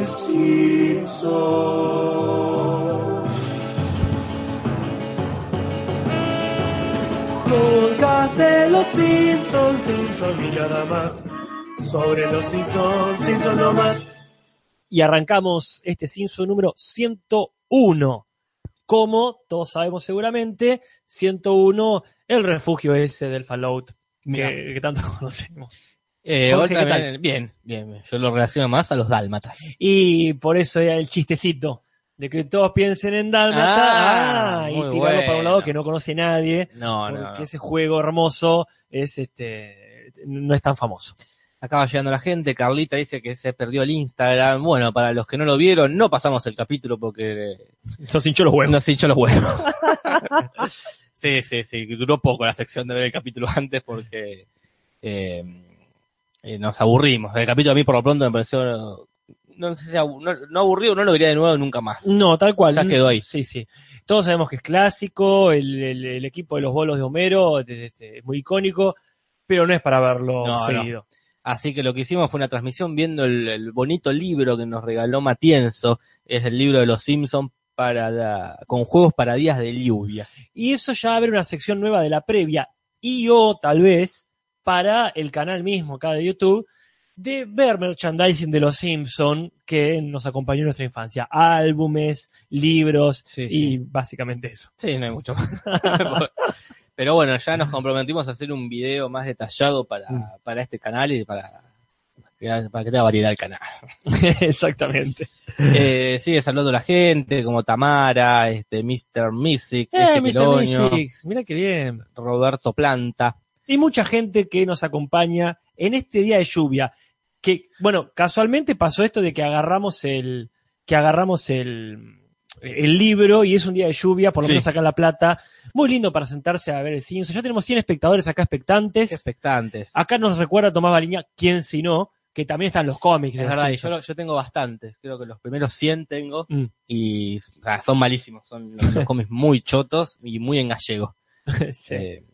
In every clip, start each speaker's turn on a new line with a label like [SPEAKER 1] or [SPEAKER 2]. [SPEAKER 1] sin sol. Colgátelo sin sol, sin sol y nada más. Sobre los sin sol, sin sol no más.
[SPEAKER 2] Y arrancamos este Simpson número 101. Como todos sabemos seguramente, 101, el refugio ese del Fallout
[SPEAKER 3] Mirá.
[SPEAKER 2] que, que tanto conocemos.
[SPEAKER 3] Eh,
[SPEAKER 2] Jorge,
[SPEAKER 3] Olga,
[SPEAKER 2] ¿qué tal?
[SPEAKER 3] bien, bien, bien. Yo lo relaciono más a los dálmatas.
[SPEAKER 2] Y por eso era el chistecito de que todos piensen en Dálmata
[SPEAKER 3] Ah,
[SPEAKER 2] ah, y
[SPEAKER 3] muy
[SPEAKER 2] tirarlo para un lado
[SPEAKER 3] bueno.
[SPEAKER 2] que no conoce nadie,
[SPEAKER 3] No,
[SPEAKER 2] porque
[SPEAKER 3] no. no.
[SPEAKER 2] ese juego hermoso es este no es tan famoso.
[SPEAKER 3] Acaba llegando la gente. Carlita dice que se perdió el Instagram. Bueno, para los que no lo vieron, no pasamos el capítulo porque eh,
[SPEAKER 2] Sos hinchó los huevos.
[SPEAKER 3] nos hinchó los huevos. sí, sí, sí. Duró poco la sección de ver el capítulo antes porque eh, eh, nos aburrimos. El capítulo a mí por lo pronto me pareció. No sé si abu- no, no aburrido, no lo vería de nuevo nunca más.
[SPEAKER 2] No, tal cual.
[SPEAKER 3] Ya quedó ahí.
[SPEAKER 2] Sí, sí. Todos sabemos que es clásico, el, el- el equipo de los bolos de Homero de- de- de- es muy icónico, pero no es para verlo
[SPEAKER 3] No, no.
[SPEAKER 2] seguido.
[SPEAKER 3] Así que lo que hicimos fue una transmisión viendo el, el bonito libro que nos regaló Matienzo, es el libro de los Simpsons para la- con juegos para días de lluvia.
[SPEAKER 2] Y eso ya va a haber una sección nueva de la previa y o tal vez para el canal mismo acá de YouTube de ver merchandising de los Simpson que nos acompañó en nuestra infancia, álbumes, libros
[SPEAKER 3] Sí,
[SPEAKER 2] y
[SPEAKER 3] sí.
[SPEAKER 2] básicamente eso.
[SPEAKER 3] Sí, no hay mucho más. Pero bueno, ya nos comprometimos a hacer un video más detallado para, para este canal y para, para que tenga variedad el canal.
[SPEAKER 2] Exactamente.
[SPEAKER 3] Eh, sigue saludando la gente, como Tamara, este, Mr. Misic,
[SPEAKER 2] Eh,
[SPEAKER 3] ese
[SPEAKER 2] Mr.
[SPEAKER 3] Piloño,
[SPEAKER 2] Mystics, mira qué bien.
[SPEAKER 3] Roberto Planta.
[SPEAKER 2] Y mucha gente que nos acompaña en este día de lluvia. Que, bueno, casualmente pasó esto de que agarramos el, que agarramos el, el libro y es un día de lluvia, por lo
[SPEAKER 3] Sí.
[SPEAKER 2] menos acá en La Plata. Muy lindo para sentarse a ver el Simpson. Ya tenemos 100 espectadores acá
[SPEAKER 3] Qué
[SPEAKER 2] expectantes.
[SPEAKER 3] expectantes.
[SPEAKER 2] Acá nos recuerda Tomás Bariña, quién si no, que también están los cómics. de
[SPEAKER 3] Es verdad, y yo,
[SPEAKER 2] Simpson.
[SPEAKER 3] lo- yo tengo bastantes, creo que los primeros 100 tengo
[SPEAKER 2] Mm.
[SPEAKER 3] y o sea, son malísimos, son los, los cómics muy chotos y muy en gallego.
[SPEAKER 2] Sí.
[SPEAKER 3] Eh,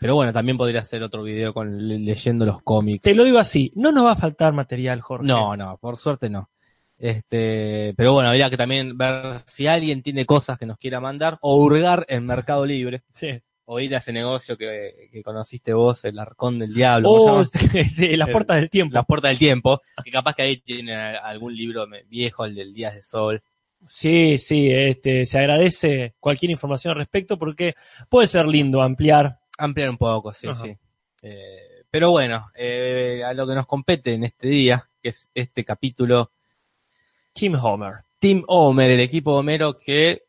[SPEAKER 3] pero bueno, también podría hacer otro video con le- leyendo los cómics.
[SPEAKER 2] Te lo digo así, no nos va a faltar material, Jorge.
[SPEAKER 3] No, no, por suerte no. Este, pero bueno, habría que también ver si alguien tiene cosas que nos quiera mandar o hurgar en Mercado Libre
[SPEAKER 2] Sí.
[SPEAKER 3] o ir a ese negocio que, que conociste vos, el Arcón del Diablo. ¿cómo se
[SPEAKER 2] Oh,
[SPEAKER 3] llama?
[SPEAKER 2] sí, las puertas del tiempo.
[SPEAKER 3] Las puertas del tiempo, que capaz que ahí tiene algún libro me- viejo, el del Días de Sol.
[SPEAKER 2] Sí, sí, este, se agradece cualquier información al respecto porque puede ser lindo ampliar.
[SPEAKER 3] Ampliar un poco, sí,
[SPEAKER 2] Ajá.
[SPEAKER 3] sí. Eh, pero bueno, eh, a lo que nos compete en este día, que es este capítulo,
[SPEAKER 2] Tim Homer.
[SPEAKER 3] Team Homer, el equipo Homero que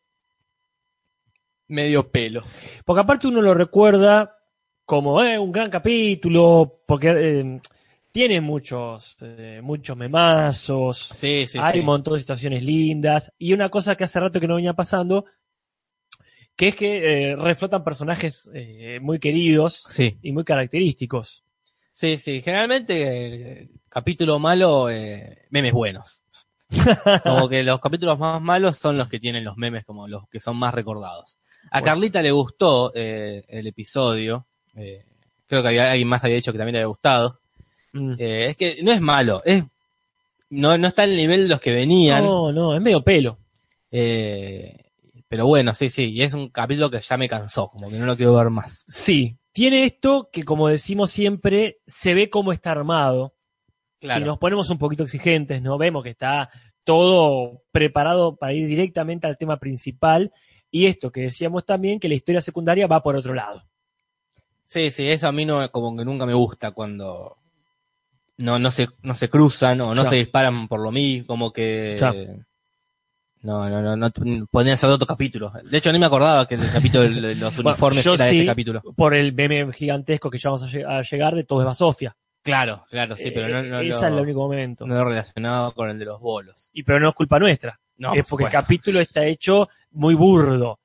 [SPEAKER 3] medio pelo.
[SPEAKER 2] Porque aparte uno lo recuerda como eh, un gran capítulo, porque eh, tiene muchos, eh, muchos memazos,
[SPEAKER 3] Sí, sí,
[SPEAKER 2] hay
[SPEAKER 3] sí.
[SPEAKER 2] un montón de situaciones lindas. Y una cosa que hace rato que no venía pasando, que es que eh, reflotan personajes eh, muy queridos
[SPEAKER 3] Sí,
[SPEAKER 2] y muy característicos.
[SPEAKER 3] sí, sí. Generalmente, eh, capítulo malo, eh, memes buenos. Como que los capítulos más malos son los que tienen los memes, como los que son más recordados. A
[SPEAKER 2] Pues-
[SPEAKER 3] Carlita le gustó eh, el episodio. eh, creo que había, alguien más había dicho que también le había gustado.
[SPEAKER 2] Mm.
[SPEAKER 3] Eh, es que no es malo, es no, no está al nivel de los que venían.
[SPEAKER 2] No, no, es medio pelo.
[SPEAKER 3] eh, pero bueno, sí, sí, y es un capítulo que ya me cansó, como que no lo quiero ver más.
[SPEAKER 2] Sí, tiene esto que como decimos siempre, se ve cómo está armado.
[SPEAKER 3] Claro.
[SPEAKER 2] Si nos ponemos un poquito exigentes, no vemos que está todo preparado para ir directamente al tema principal. Y esto que decíamos también, que la historia secundaria va por otro lado.
[SPEAKER 3] Sí, sí, eso a mí no, como que nunca me gusta cuando no, no se, no se cruzan o no
[SPEAKER 2] Claro.
[SPEAKER 3] se disparan por lo mismo, como que
[SPEAKER 2] Claro.
[SPEAKER 3] no, no, no, no podrían ser otro capítulo. De hecho, ni me acordaba que el capítulo de los
[SPEAKER 2] Bueno,
[SPEAKER 3] uniformes
[SPEAKER 2] yo
[SPEAKER 3] era de
[SPEAKER 2] sí.
[SPEAKER 3] este capítulo.
[SPEAKER 2] Por el meme gigantesco que ya vamos a, lle- a llegar de todo es Basofia.
[SPEAKER 3] Claro, claro, sí, pero no, no,
[SPEAKER 2] Eh, Esa
[SPEAKER 3] lo-
[SPEAKER 2] es el único momento.
[SPEAKER 3] no lo relacionaba con el de los bolos.
[SPEAKER 2] Y pero no es culpa nuestra.
[SPEAKER 3] No,
[SPEAKER 2] es Eh,
[SPEAKER 3] por
[SPEAKER 2] porque el
[SPEAKER 3] supuesto.
[SPEAKER 2] capítulo está hecho muy burdo.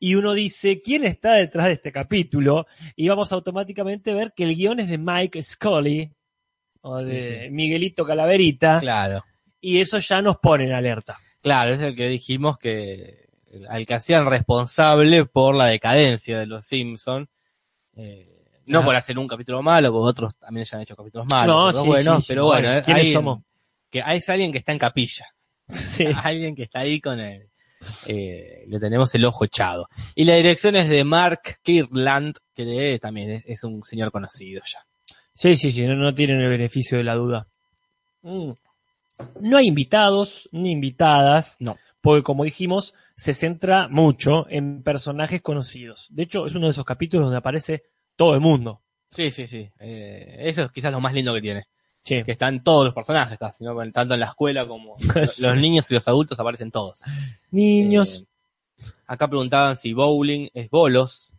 [SPEAKER 2] Y uno dice, ¿quién está detrás de este capítulo? Y vamos automáticamente a ver que el guión es de Mike Scully o
[SPEAKER 3] Sí,
[SPEAKER 2] de
[SPEAKER 3] sí.
[SPEAKER 2] Miguelito Calaverita.
[SPEAKER 3] Claro.
[SPEAKER 2] Y eso ya nos pone en alerta.
[SPEAKER 3] Claro, es el que dijimos que al que hacían responsable por la decadencia de los Simpsons. no
[SPEAKER 2] Ajá.
[SPEAKER 3] por hacer un capítulo malo, porque otros también ya han hecho capítulos malos.
[SPEAKER 2] No,
[SPEAKER 3] otros
[SPEAKER 2] sí,
[SPEAKER 3] buenos,
[SPEAKER 2] sí, sí,
[SPEAKER 3] Ah, pero bueno,
[SPEAKER 2] bueno,
[SPEAKER 3] eh,
[SPEAKER 2] ¿quiénes
[SPEAKER 3] ahí en-
[SPEAKER 2] somos?
[SPEAKER 3] que hay alguien que está en capilla.
[SPEAKER 2] Sí.
[SPEAKER 3] Alguien que está ahí con el. eh, le tenemos el ojo echado. Y la dirección es de Mark Kirland, que eh, también es, es un señor conocido ya.
[SPEAKER 2] Sí, sí, sí, no, no tienen el beneficio de la duda. Mm. No hay invitados ni invitadas.
[SPEAKER 3] No.
[SPEAKER 2] Porque, como dijimos, se centra mucho en personajes conocidos. De hecho, es uno de esos capítulos donde aparece todo el mundo.
[SPEAKER 3] Sí, sí, sí. Eh, eso es quizás lo más lindo que tiene.
[SPEAKER 2] Sí.
[SPEAKER 3] Que están todos los personajes casi, ¿no? Tanto en la escuela como
[SPEAKER 2] Sí.
[SPEAKER 3] los niños y los adultos aparecen todos.
[SPEAKER 2] Niños.
[SPEAKER 3] Eh, acá preguntaban si bowling es bolos.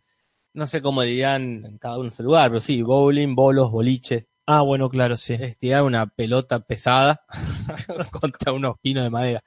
[SPEAKER 3] No sé cómo dirían en cada uno en su lugar, pero sí, bowling, bolos, boliche.
[SPEAKER 2] Ah, bueno, claro, sí.
[SPEAKER 3] Es tirar una pelota pesada contra unos pinos de madera.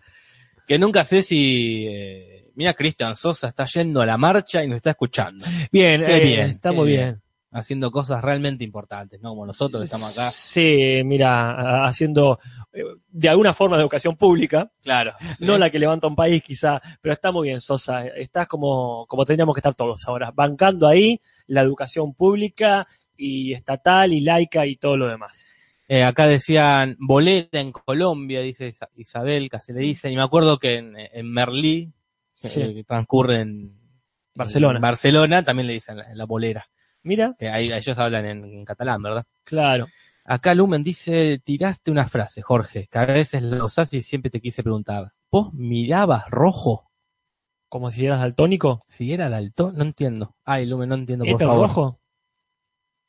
[SPEAKER 3] Que nunca sé si. eh, mira, Cristian Sosa está yendo a la marcha y nos está escuchando.
[SPEAKER 2] Bien,
[SPEAKER 3] qué
[SPEAKER 2] eh,
[SPEAKER 3] bien,
[SPEAKER 2] está
[SPEAKER 3] qué
[SPEAKER 2] muy
[SPEAKER 3] bien.
[SPEAKER 2] bien.
[SPEAKER 3] Haciendo cosas realmente importantes, ¿no? Como nosotros que estamos acá.
[SPEAKER 2] Sí, mira, haciendo eh, de alguna forma de educación pública,
[SPEAKER 3] Claro.
[SPEAKER 2] no la que levanta un país quizá, pero está muy bien, Sosa, estás como, como tendríamos que estar todos ahora, bancando ahí la educación pública y estatal y laica y todo lo demás.
[SPEAKER 3] Eh, acá decían bolera en Colombia, dice Isa- Isabel, casi le dicen. Y me acuerdo que en, en Merlí,
[SPEAKER 2] Sí.
[SPEAKER 3] eh, que transcurre en
[SPEAKER 2] Barcelona.
[SPEAKER 3] en Barcelona también le dicen la, la bolera.
[SPEAKER 2] Mira,
[SPEAKER 3] Que ahí, ellos hablan en, en catalán, ¿verdad?
[SPEAKER 2] claro.
[SPEAKER 3] Acá Lumen dice, tiraste una frase, Jorge, que a veces la usás y siempre te quise preguntar. ¿Vos mirabas rojo?
[SPEAKER 2] Como si eras daltónico.
[SPEAKER 3] Si era daltón, no entiendo. Ay, Lumen, no entiendo, por
[SPEAKER 2] ¿Está
[SPEAKER 3] favor.
[SPEAKER 2] rojo?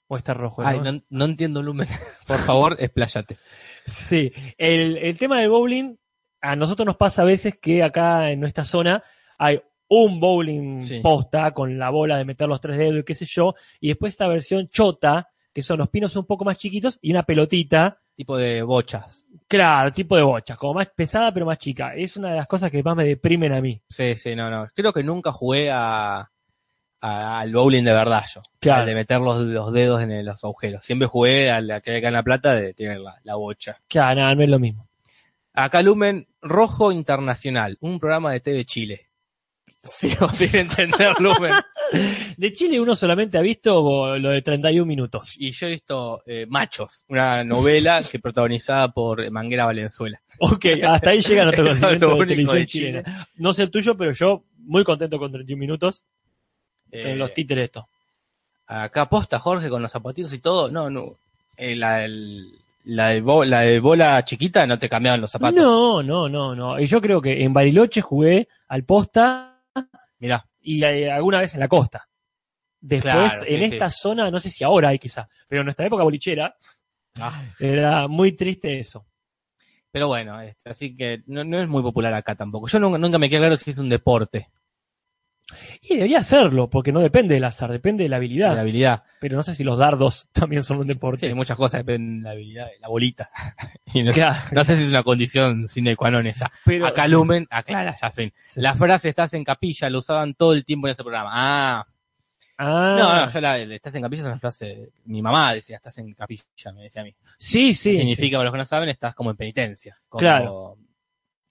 [SPEAKER 2] ¿O está rojo?
[SPEAKER 3] Ay,
[SPEAKER 2] no?
[SPEAKER 3] no, no entiendo, Lumen. Por favor, expláyate.
[SPEAKER 2] Sí, el, el tema del bowling, a nosotros nos pasa a veces que acá en nuestra zona hay un bowling
[SPEAKER 3] Sí.
[SPEAKER 2] posta con la bola de meter los tres dedos y qué sé yo, y después esta versión chota, que son los pinos un poco más chiquitos y una pelotita,
[SPEAKER 3] Tipo de bochas.
[SPEAKER 2] claro, tipo de bochas, como más pesada pero más chica. Es una de las cosas que más me deprimen a mí.
[SPEAKER 3] Sí, sí, no, no. Creo que nunca jugué a, a- al bowling de verdad yo.
[SPEAKER 2] Claro.
[SPEAKER 3] Al de meter los, los dedos en el- los agujeros. Siempre jugué a la que gana plata de tener la, la bocha.
[SPEAKER 2] Claro, nada, no es lo mismo.
[SPEAKER 3] Acá Lumen, Rojo Internacional, un programa de TV Chile. Sigo sin entender Lumen.
[SPEAKER 2] De Chile uno solamente ha visto lo de 31 minutos.
[SPEAKER 3] Y yo he visto eh, Machos, una novela que protagonizada por Manguera Valenzuela.
[SPEAKER 2] Ok, hasta ahí llega nuestro
[SPEAKER 3] Eso es
[SPEAKER 2] conocimiento
[SPEAKER 3] lo
[SPEAKER 2] de
[SPEAKER 3] único
[SPEAKER 2] televisión
[SPEAKER 3] de Chile.
[SPEAKER 2] chilena. No sé el tuyo, pero yo muy contento con 31 minutos, con
[SPEAKER 3] Eh,
[SPEAKER 2] los títeres estos.
[SPEAKER 3] acá posta Jorge con los zapatitos y todo. No, no. Eh, la, del- la, de bo- la de bola chiquita no te cambiaban los zapatos.
[SPEAKER 2] No, no, no, no. Y yo creo que en Bariloche jugué al posta
[SPEAKER 3] Mirá.
[SPEAKER 2] y eh, alguna vez en la costa. Después,
[SPEAKER 3] Claro, sí,
[SPEAKER 2] en
[SPEAKER 3] sí.
[SPEAKER 2] esta zona, no sé si ahora hay quizá, pero en nuestra época bolichera era muy triste eso.
[SPEAKER 3] Pero bueno, este, así que no, no es muy popular acá tampoco. Yo nunca, nunca me quedé claro si es un deporte,
[SPEAKER 2] Y debería hacerlo, porque no depende del azar, depende de la
[SPEAKER 3] de
[SPEAKER 2] habilidad.
[SPEAKER 3] la habilidad.
[SPEAKER 2] Pero no sé si los dardos también son un
[SPEAKER 3] Sí,
[SPEAKER 2] deporte.
[SPEAKER 3] muchas cosas dependen de la habilidad, de la bolita. Y no,
[SPEAKER 2] Claro,
[SPEAKER 3] no sé si es una condición sine qua non esa.
[SPEAKER 2] pero,
[SPEAKER 3] acá Lumen aclara, ya fin.
[SPEAKER 2] Sí.
[SPEAKER 3] La frase estás en capilla lo usaban todo el tiempo en ese programa. Ah,
[SPEAKER 2] Ah,
[SPEAKER 3] no, no, yo la, el estás en capilla es una frase. Mi mamá decía, estás en capilla, me decía a mí.
[SPEAKER 2] sí, sí.
[SPEAKER 3] Que significa, para los que no saben, estás como en penitencia. como-
[SPEAKER 2] Claro.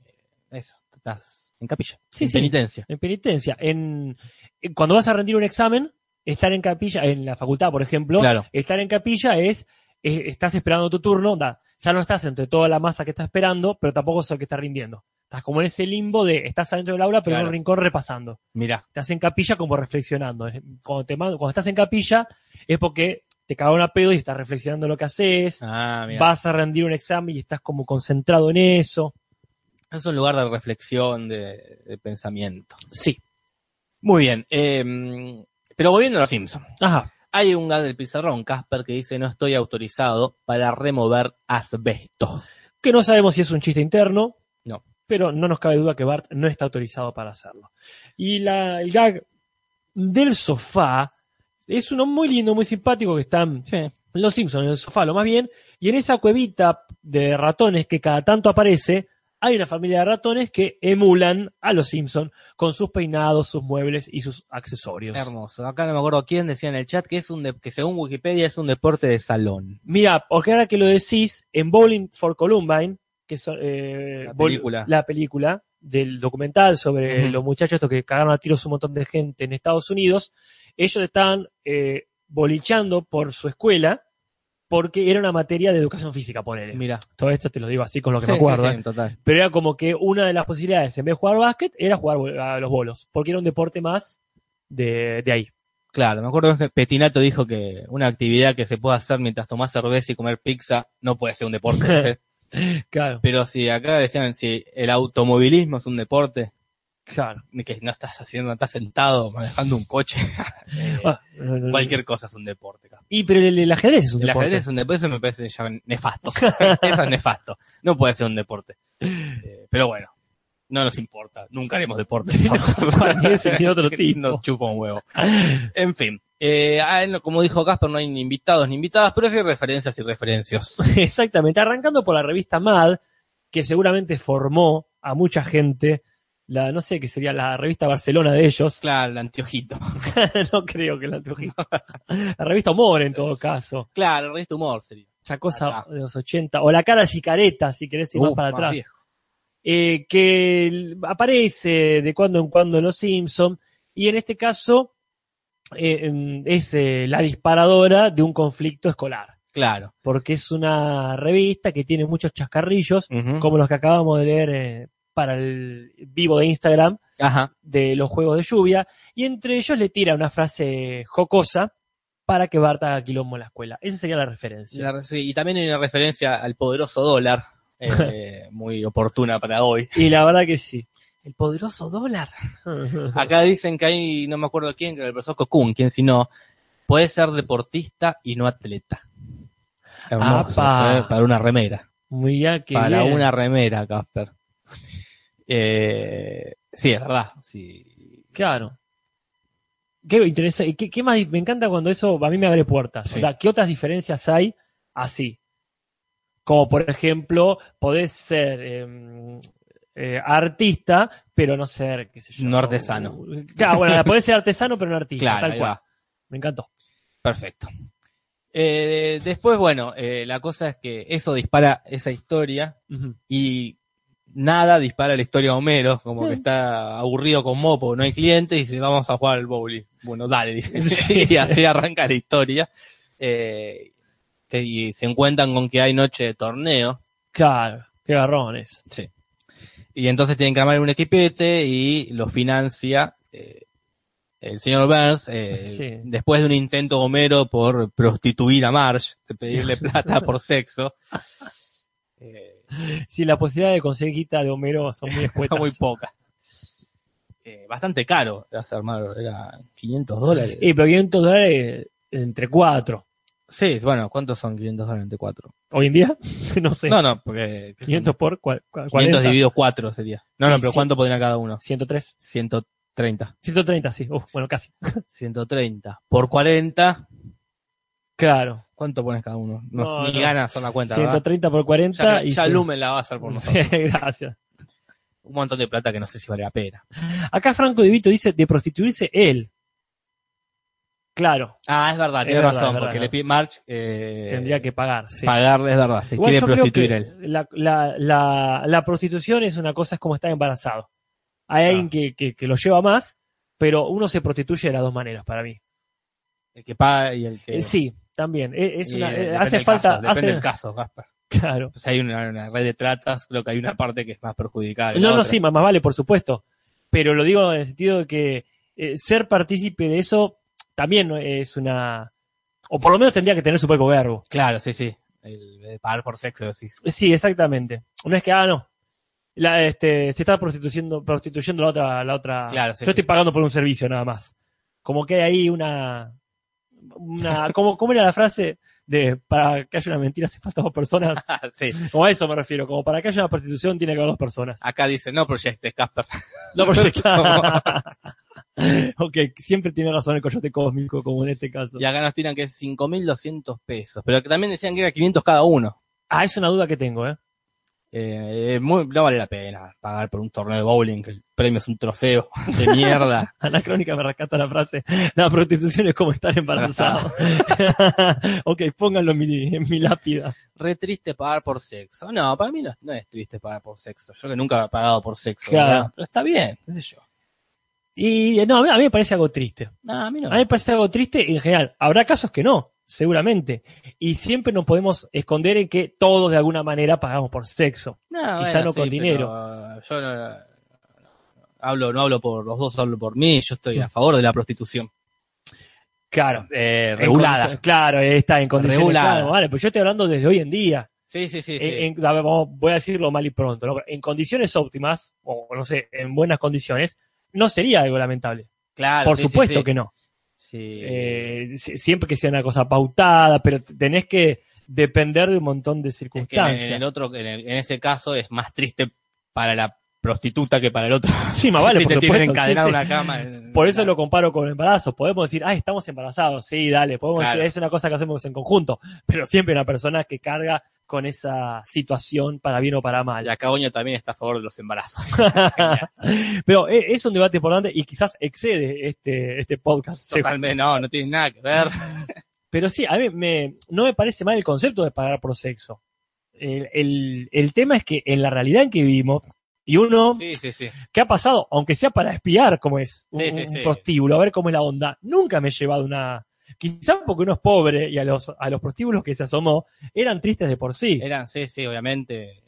[SPEAKER 3] eh, Eso, estás en capilla.
[SPEAKER 2] Sí,
[SPEAKER 3] en
[SPEAKER 2] sí.
[SPEAKER 3] penitencia.
[SPEAKER 2] sí. En penitencia. En, en- cuando vas a rendir un examen, estar en capilla, en la facultad, por ejemplo,
[SPEAKER 3] Claro.
[SPEAKER 2] Estar en capilla es, eh, estás esperando tu turno, da, ya no estás entre toda la masa que está esperando, pero tampoco es el que está rindiendo. Estás como en ese limbo de, estás adentro del aula, pero en
[SPEAKER 3] Claro.
[SPEAKER 2] un rincón repasando.
[SPEAKER 3] Mirá.
[SPEAKER 2] Estás en capilla como reflexionando. Es- Cuando, te mando- cuando estás en capilla es porque te cagaron a pedo y estás reflexionando lo que haces,
[SPEAKER 3] Ah, mirá.
[SPEAKER 2] vas a rendir un examen y estás como concentrado en eso.
[SPEAKER 3] Es un lugar de reflexión, de, de pensamiento.
[SPEAKER 2] Sí.
[SPEAKER 3] Muy bien. eh, pero volviendo a los Simpsons.
[SPEAKER 2] Ajá.
[SPEAKER 3] Hay un gag del pizarrón, Casper, que dice no estoy autorizado para remover asbesto.
[SPEAKER 2] Que no sabemos si es un chiste interno.
[SPEAKER 3] No.
[SPEAKER 2] Pero no nos cabe duda que Bart no está autorizado para hacerlo. Y la, el gag del sofá es uno muy lindo, muy simpático que están
[SPEAKER 3] Sí.
[SPEAKER 2] los Simpsons en el sofá, lo más bien. Y en esa cuevita de ratones que cada tanto aparece, hay una familia de ratones que emulan a los Simpsons con sus peinados, sus muebles y sus accesorios.
[SPEAKER 3] Hermoso. Acá no me acuerdo quién decía en el chat que es un de- que según Wikipedia es un deporte de salón.
[SPEAKER 2] Mira, porque ahora que lo decís, en Bowling for Columbine, que es eh,
[SPEAKER 3] La
[SPEAKER 2] bol-
[SPEAKER 3] película.
[SPEAKER 2] la película del documental sobre
[SPEAKER 3] Ujú.
[SPEAKER 2] los muchachos estos que cagaron a tiros un montón de gente en Estados Unidos, ellos estaban eh, bolichando por su escuela porque era una materia de educación física, ponele.
[SPEAKER 3] Mira.
[SPEAKER 2] Todo esto te lo digo así con lo que me acuerdo. ¿eh?
[SPEAKER 3] total.
[SPEAKER 2] Pero era como que una de las posibilidades, en vez de jugar básquet, era jugar bol- a los bolos, porque era un deporte más de, de ahí.
[SPEAKER 3] Claro, me acuerdo que Petinato dijo que una actividad que se puede hacer mientras tomás cerveza y comer pizza no puede ser un deporte. dice.
[SPEAKER 2] Claro,
[SPEAKER 3] Pero si acá decían, si el automovilismo es un deporte,
[SPEAKER 2] claro.
[SPEAKER 3] que no estás haciendo, estás sentado manejando un coche, eh,
[SPEAKER 2] Ah, no, no, no.
[SPEAKER 3] cualquier cosa es un deporte. acá.
[SPEAKER 2] Y pero el, el ajedrez es un
[SPEAKER 3] El
[SPEAKER 2] deporte.
[SPEAKER 3] ajedrez es un deporte, eso me parece ya nefasto. eso es nefasto. No puede ser un deporte. Eh, pero bueno, no nos importa. Nunca haremos deporte.
[SPEAKER 2] ni ese ni otro tipo.
[SPEAKER 3] Nos chupa un huevo. En fin. eh, ah, no, como dijo Casper, no hay ni invitados ni invitadas, pero sí hay referencias y referencias.
[SPEAKER 2] Exactamente, arrancando por la revista Mad, que seguramente formó a mucha gente, la, no sé qué sería la revista Barcelona de ellos,
[SPEAKER 3] Claro, el anteojito.
[SPEAKER 2] no creo que la Trujillo. La revista Humor en todo caso,
[SPEAKER 3] Claro, el rey de humor sería.
[SPEAKER 2] esa cosa
[SPEAKER 3] Acá.
[SPEAKER 2] de los 80, o la cara sicareta, si querés ir más
[SPEAKER 3] Uf,
[SPEAKER 2] para atrás,
[SPEAKER 3] viejo.
[SPEAKER 2] eh, que el- aparece de cuando en cuando en Los Simpson y en este caso eh, en- es eh, la disparadora de un conflicto escolar,
[SPEAKER 3] Claro.
[SPEAKER 2] porque es una revista que tiene muchos chascarrillos,
[SPEAKER 3] Ujú.
[SPEAKER 2] como los que acabamos de leer eh, para el vivo de Instagram
[SPEAKER 3] Ajá.
[SPEAKER 2] de los juegos de lluvia, y entre ellos le tira una frase jocosa para que Bart haga quilombo en la escuela. Esa sería la referencia.
[SPEAKER 3] La- sí, y también hay una referencia al poderoso dólar, eh, muy oportuna para hoy.
[SPEAKER 2] Y la verdad que sí.
[SPEAKER 3] El poderoso dólar. Acá dicen que hay, no me acuerdo quién, que era el profesor Cocoon, quién si no, puede ser deportista y no atleta. Hermoso,
[SPEAKER 2] ¡Apa!
[SPEAKER 3] ¿eh? para una remera.
[SPEAKER 2] Mirá que
[SPEAKER 3] para
[SPEAKER 2] bien.
[SPEAKER 3] una remera, Casper. Eh, sí, es verdad. Sí.
[SPEAKER 2] Claro. Qué interesante. ¿Qué, qué más? di- Me encanta cuando eso a mí me abre puertas.
[SPEAKER 3] Sí.
[SPEAKER 2] O sea, ¿qué otras diferencias hay así? Como por ejemplo, podés ser eh, eh, artista, pero no ser, qué sé yo.
[SPEAKER 3] No artesano.
[SPEAKER 2] Claro, bueno, podés ser artesano, pero no artista.
[SPEAKER 3] Claro,
[SPEAKER 2] tal
[SPEAKER 3] ahí
[SPEAKER 2] cual.
[SPEAKER 3] va.
[SPEAKER 2] Me encantó.
[SPEAKER 3] Perfecto. Eh, después, bueno, eh, la cosa es que eso dispara esa historia.
[SPEAKER 2] Ujú.
[SPEAKER 3] y nada dispara la historia a Homero, como
[SPEAKER 2] Sí.
[SPEAKER 3] que está aburrido con Mopo, no hay clientes, y dice, vamos a jugar al bowling. Bueno, dale, dice.
[SPEAKER 2] Sí.
[SPEAKER 3] Y así arranca la historia. Eh, que- y se encuentran con que hay noche de torneo,
[SPEAKER 2] Claro, qué garrones.
[SPEAKER 3] y entonces tienen que armar un equipete y lo financia eh, el señor Burns, eh,
[SPEAKER 2] Sí.
[SPEAKER 3] después de un intento de Homero por prostituir a Marge, de pedirle plata por sexo. Eh,
[SPEAKER 2] Sí, la posibilidad de conseguir guita de Homero son muy
[SPEAKER 3] Está
[SPEAKER 2] escuetas.
[SPEAKER 3] muy poca. Eh, bastante caro, era armar, era 500 dólares.
[SPEAKER 2] Y pero 500 dólares entre cuatro.
[SPEAKER 3] sí, bueno, ¿cuántos son 500 dólares entre 4?
[SPEAKER 2] Hoy en día, no sé.
[SPEAKER 3] No, no, porque
[SPEAKER 2] 500 por cua- cua-
[SPEAKER 3] 500
[SPEAKER 2] 40.
[SPEAKER 3] dividido 4 sería. No, no,
[SPEAKER 2] Sí,
[SPEAKER 3] pero
[SPEAKER 2] sí.
[SPEAKER 3] ¿cuánto podrían cada uno?
[SPEAKER 2] 103.
[SPEAKER 3] 130.
[SPEAKER 2] 130, sí. Uf, bueno, casi.
[SPEAKER 3] 130 por 40,
[SPEAKER 2] Claro.
[SPEAKER 3] ¿cuánto pones cada uno? No,
[SPEAKER 2] No,
[SPEAKER 3] ni
[SPEAKER 2] no.
[SPEAKER 3] ganas son la cuenta, ¿verdad?
[SPEAKER 2] 130 por 40
[SPEAKER 3] Ya,
[SPEAKER 2] y
[SPEAKER 3] ya
[SPEAKER 2] sí.
[SPEAKER 3] Lumen la va a hacer por
[SPEAKER 2] Sí,
[SPEAKER 3] nosotros.
[SPEAKER 2] gracias.
[SPEAKER 3] Un montón de plata que no sé si vale la pena.
[SPEAKER 2] Acá Franco De Vito dice de prostituirse él. Claro,
[SPEAKER 3] Ah, es verdad,
[SPEAKER 2] Es
[SPEAKER 3] tiene
[SPEAKER 2] verdad,
[SPEAKER 3] razón,
[SPEAKER 2] es verdad,
[SPEAKER 3] porque
[SPEAKER 2] es
[SPEAKER 3] le
[SPEAKER 2] verdad.
[SPEAKER 3] pide March eh,
[SPEAKER 2] tendría que pagar, sí.
[SPEAKER 3] pagarle, es verdad, se
[SPEAKER 2] Igual
[SPEAKER 3] quiere
[SPEAKER 2] yo creo
[SPEAKER 3] prostituir
[SPEAKER 2] que
[SPEAKER 3] él.
[SPEAKER 2] La, la- la- la prostitución es una cosa, es como estar embarazado. Hay
[SPEAKER 3] Ah.
[SPEAKER 2] alguien que, que- que lo lleva más, pero uno se prostituye de las dos maneras para mí.
[SPEAKER 3] El que paga y el que...
[SPEAKER 2] Eh, Sí, también. Eh, Es
[SPEAKER 3] Y,
[SPEAKER 2] una,
[SPEAKER 3] eh,
[SPEAKER 2] eh,
[SPEAKER 3] depende
[SPEAKER 2] hace
[SPEAKER 3] del
[SPEAKER 2] falta.
[SPEAKER 3] caso, depende
[SPEAKER 2] hace-
[SPEAKER 3] del caso, Gaspar.
[SPEAKER 2] claro.
[SPEAKER 3] Si hay una, una red de tratas, creo que hay una parte que es más perjudicada. que la
[SPEAKER 2] No, no,
[SPEAKER 3] otra.
[SPEAKER 2] sí, más, más vale, por supuesto. Pero lo digo en el sentido de que eh, ser partícipe de eso también es una. O por lo menos tendría que tener su propio verbo.
[SPEAKER 3] Claro, sí, sí. El, el pagar por sexo, decís.
[SPEAKER 2] Sí, exactamente. No es que, ah, no. La, este, se está prostituyendo, prostituyendo la otra, la otra.
[SPEAKER 3] Claro, sí,
[SPEAKER 2] Yo estoy
[SPEAKER 3] sí.
[SPEAKER 2] pagando por un servicio nada más. Como que hay ahí una. una ¿cómo, ¿Cómo era la frase? De para que haya una mentira hace falta dos personas.
[SPEAKER 3] Ah, sí.
[SPEAKER 2] Como a eso me refiero. Como para que haya una prostitución tiene que haber dos personas.
[SPEAKER 3] Acá dice, no proyectes, Casper.
[SPEAKER 2] No proyectada. ok, siempre tiene razón el coyote cósmico, como en este caso.
[SPEAKER 3] y acá nos tiran que es 5.200 pesos. Pero que también decían que era 500 cada uno.
[SPEAKER 2] Ah, es una duda que tengo, ¿eh?
[SPEAKER 3] Eh, eh, muy- no vale la pena pagar por un torneo de bowling, que el premio es un trofeo de mierda.
[SPEAKER 2] Anacrónica me rescata la frase. La prostitución es como estar embarazado. ok, pónganlo en mi, en mi lápida.
[SPEAKER 3] Re triste pagar por sexo. No, para mí no, no es triste pagar por sexo. Yo que nunca he pagado por sexo.
[SPEAKER 2] Claro.
[SPEAKER 3] ¿verdad? Pero está bien, qué sé yo.
[SPEAKER 2] Y eh, no, a mí, a mí me parece algo triste.
[SPEAKER 3] No, a mí no.
[SPEAKER 2] A mí me parece algo triste en general. Habrá casos que no. Seguramente. Y siempre nos podemos esconder en que todos de alguna manera pagamos por sexo.
[SPEAKER 3] No,
[SPEAKER 2] Quizá no con dinero.
[SPEAKER 3] pero Yo no, no- no hablo, no hablo por los dos, hablo por mí. Yo estoy a favor de la prostitución.
[SPEAKER 2] Claro.
[SPEAKER 3] Eh,
[SPEAKER 2] En
[SPEAKER 3] regulada.
[SPEAKER 2] condiciones- Claro, está en condiciones.
[SPEAKER 3] Regulada.
[SPEAKER 2] claro, vale, pero yo estoy hablando desde hoy en día.
[SPEAKER 3] Sí, sí, sí. sí.
[SPEAKER 2] En- en- a ver, vamos- voy a decirlo mal y pronto. ¿no? En condiciones óptimas, o no sé, en buenas condiciones, no sería algo lamentable.
[SPEAKER 3] claro,
[SPEAKER 2] por supuesto que no.
[SPEAKER 3] Sí.
[SPEAKER 2] Eh, si- siempre que sea una cosa pautada, pero tenés que depender de un montón de
[SPEAKER 3] Es que en,
[SPEAKER 2] circunstancias.
[SPEAKER 3] en el otro, en, el- en ese caso es más triste para la prostituta que para el otro.
[SPEAKER 2] Sí, más vale,
[SPEAKER 3] Si te
[SPEAKER 2] por
[SPEAKER 3] tienen
[SPEAKER 2] supuesto,
[SPEAKER 3] encadenado
[SPEAKER 2] sí, sí.
[SPEAKER 3] una cama. en-
[SPEAKER 2] Por eso
[SPEAKER 3] claro.
[SPEAKER 2] lo comparo con el embarazo. Podemos decir, ah, estamos embarazados, sí, dale, podemos
[SPEAKER 3] Claro.
[SPEAKER 2] decir, es una cosa que hacemos en conjunto, pero siempre una persona que carga con esa situación para bien o para mal.
[SPEAKER 3] La cagoña también está a favor de los embarazos.
[SPEAKER 2] pero e- es un debate importante y quizás excede este, este podcast.
[SPEAKER 3] Totalmente, no, no tiene nada que ver.
[SPEAKER 2] Pero sí, a mí me, no me parece mal el concepto de pagar por sexo. El, el- el tema es que en la realidad en que vivimos, y uno
[SPEAKER 3] Sí, sí, sí.
[SPEAKER 2] que ha pasado, aunque sea para espiar cómo es un,
[SPEAKER 3] Sí, sí,
[SPEAKER 2] un
[SPEAKER 3] sí.
[SPEAKER 2] prostíbulo, a ver cómo es la onda, nunca me he llevado una... Quizás porque uno es pobre y a los, a los prostíbulos que se asomó eran tristes de por sí.
[SPEAKER 3] Eran, sí, sí, obviamente.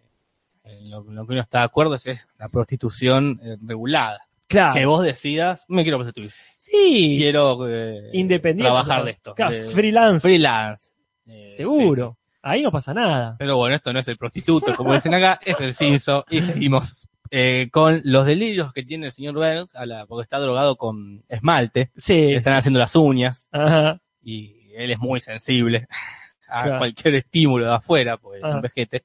[SPEAKER 3] eh, Lo, lo que uno está de acuerdo es, es la prostitución eh, regulada. Que
[SPEAKER 2] Claro.
[SPEAKER 3] vos decidas, me quiero prostituir.
[SPEAKER 2] Sí,
[SPEAKER 3] Quiero eh,
[SPEAKER 2] independiente.
[SPEAKER 3] trabajar de esto.
[SPEAKER 2] Claro,
[SPEAKER 3] de-
[SPEAKER 2] freelance,
[SPEAKER 3] freelance. Eh, sí, sí.
[SPEAKER 2] seguro. Ahí no pasa nada.
[SPEAKER 3] Pero bueno, esto no es el prostituto, como dicen acá, es el Simpson. Y seguimos eh, con los delirios que tiene el señor Burns, a la, porque está drogado con esmalte,
[SPEAKER 2] Sí.
[SPEAKER 3] le están haciendo las uñas,
[SPEAKER 2] Ajá.
[SPEAKER 3] y él es muy sensible a
[SPEAKER 2] Claro.
[SPEAKER 3] cualquier estímulo de afuera, porque es
[SPEAKER 2] Ah.
[SPEAKER 3] un vejete.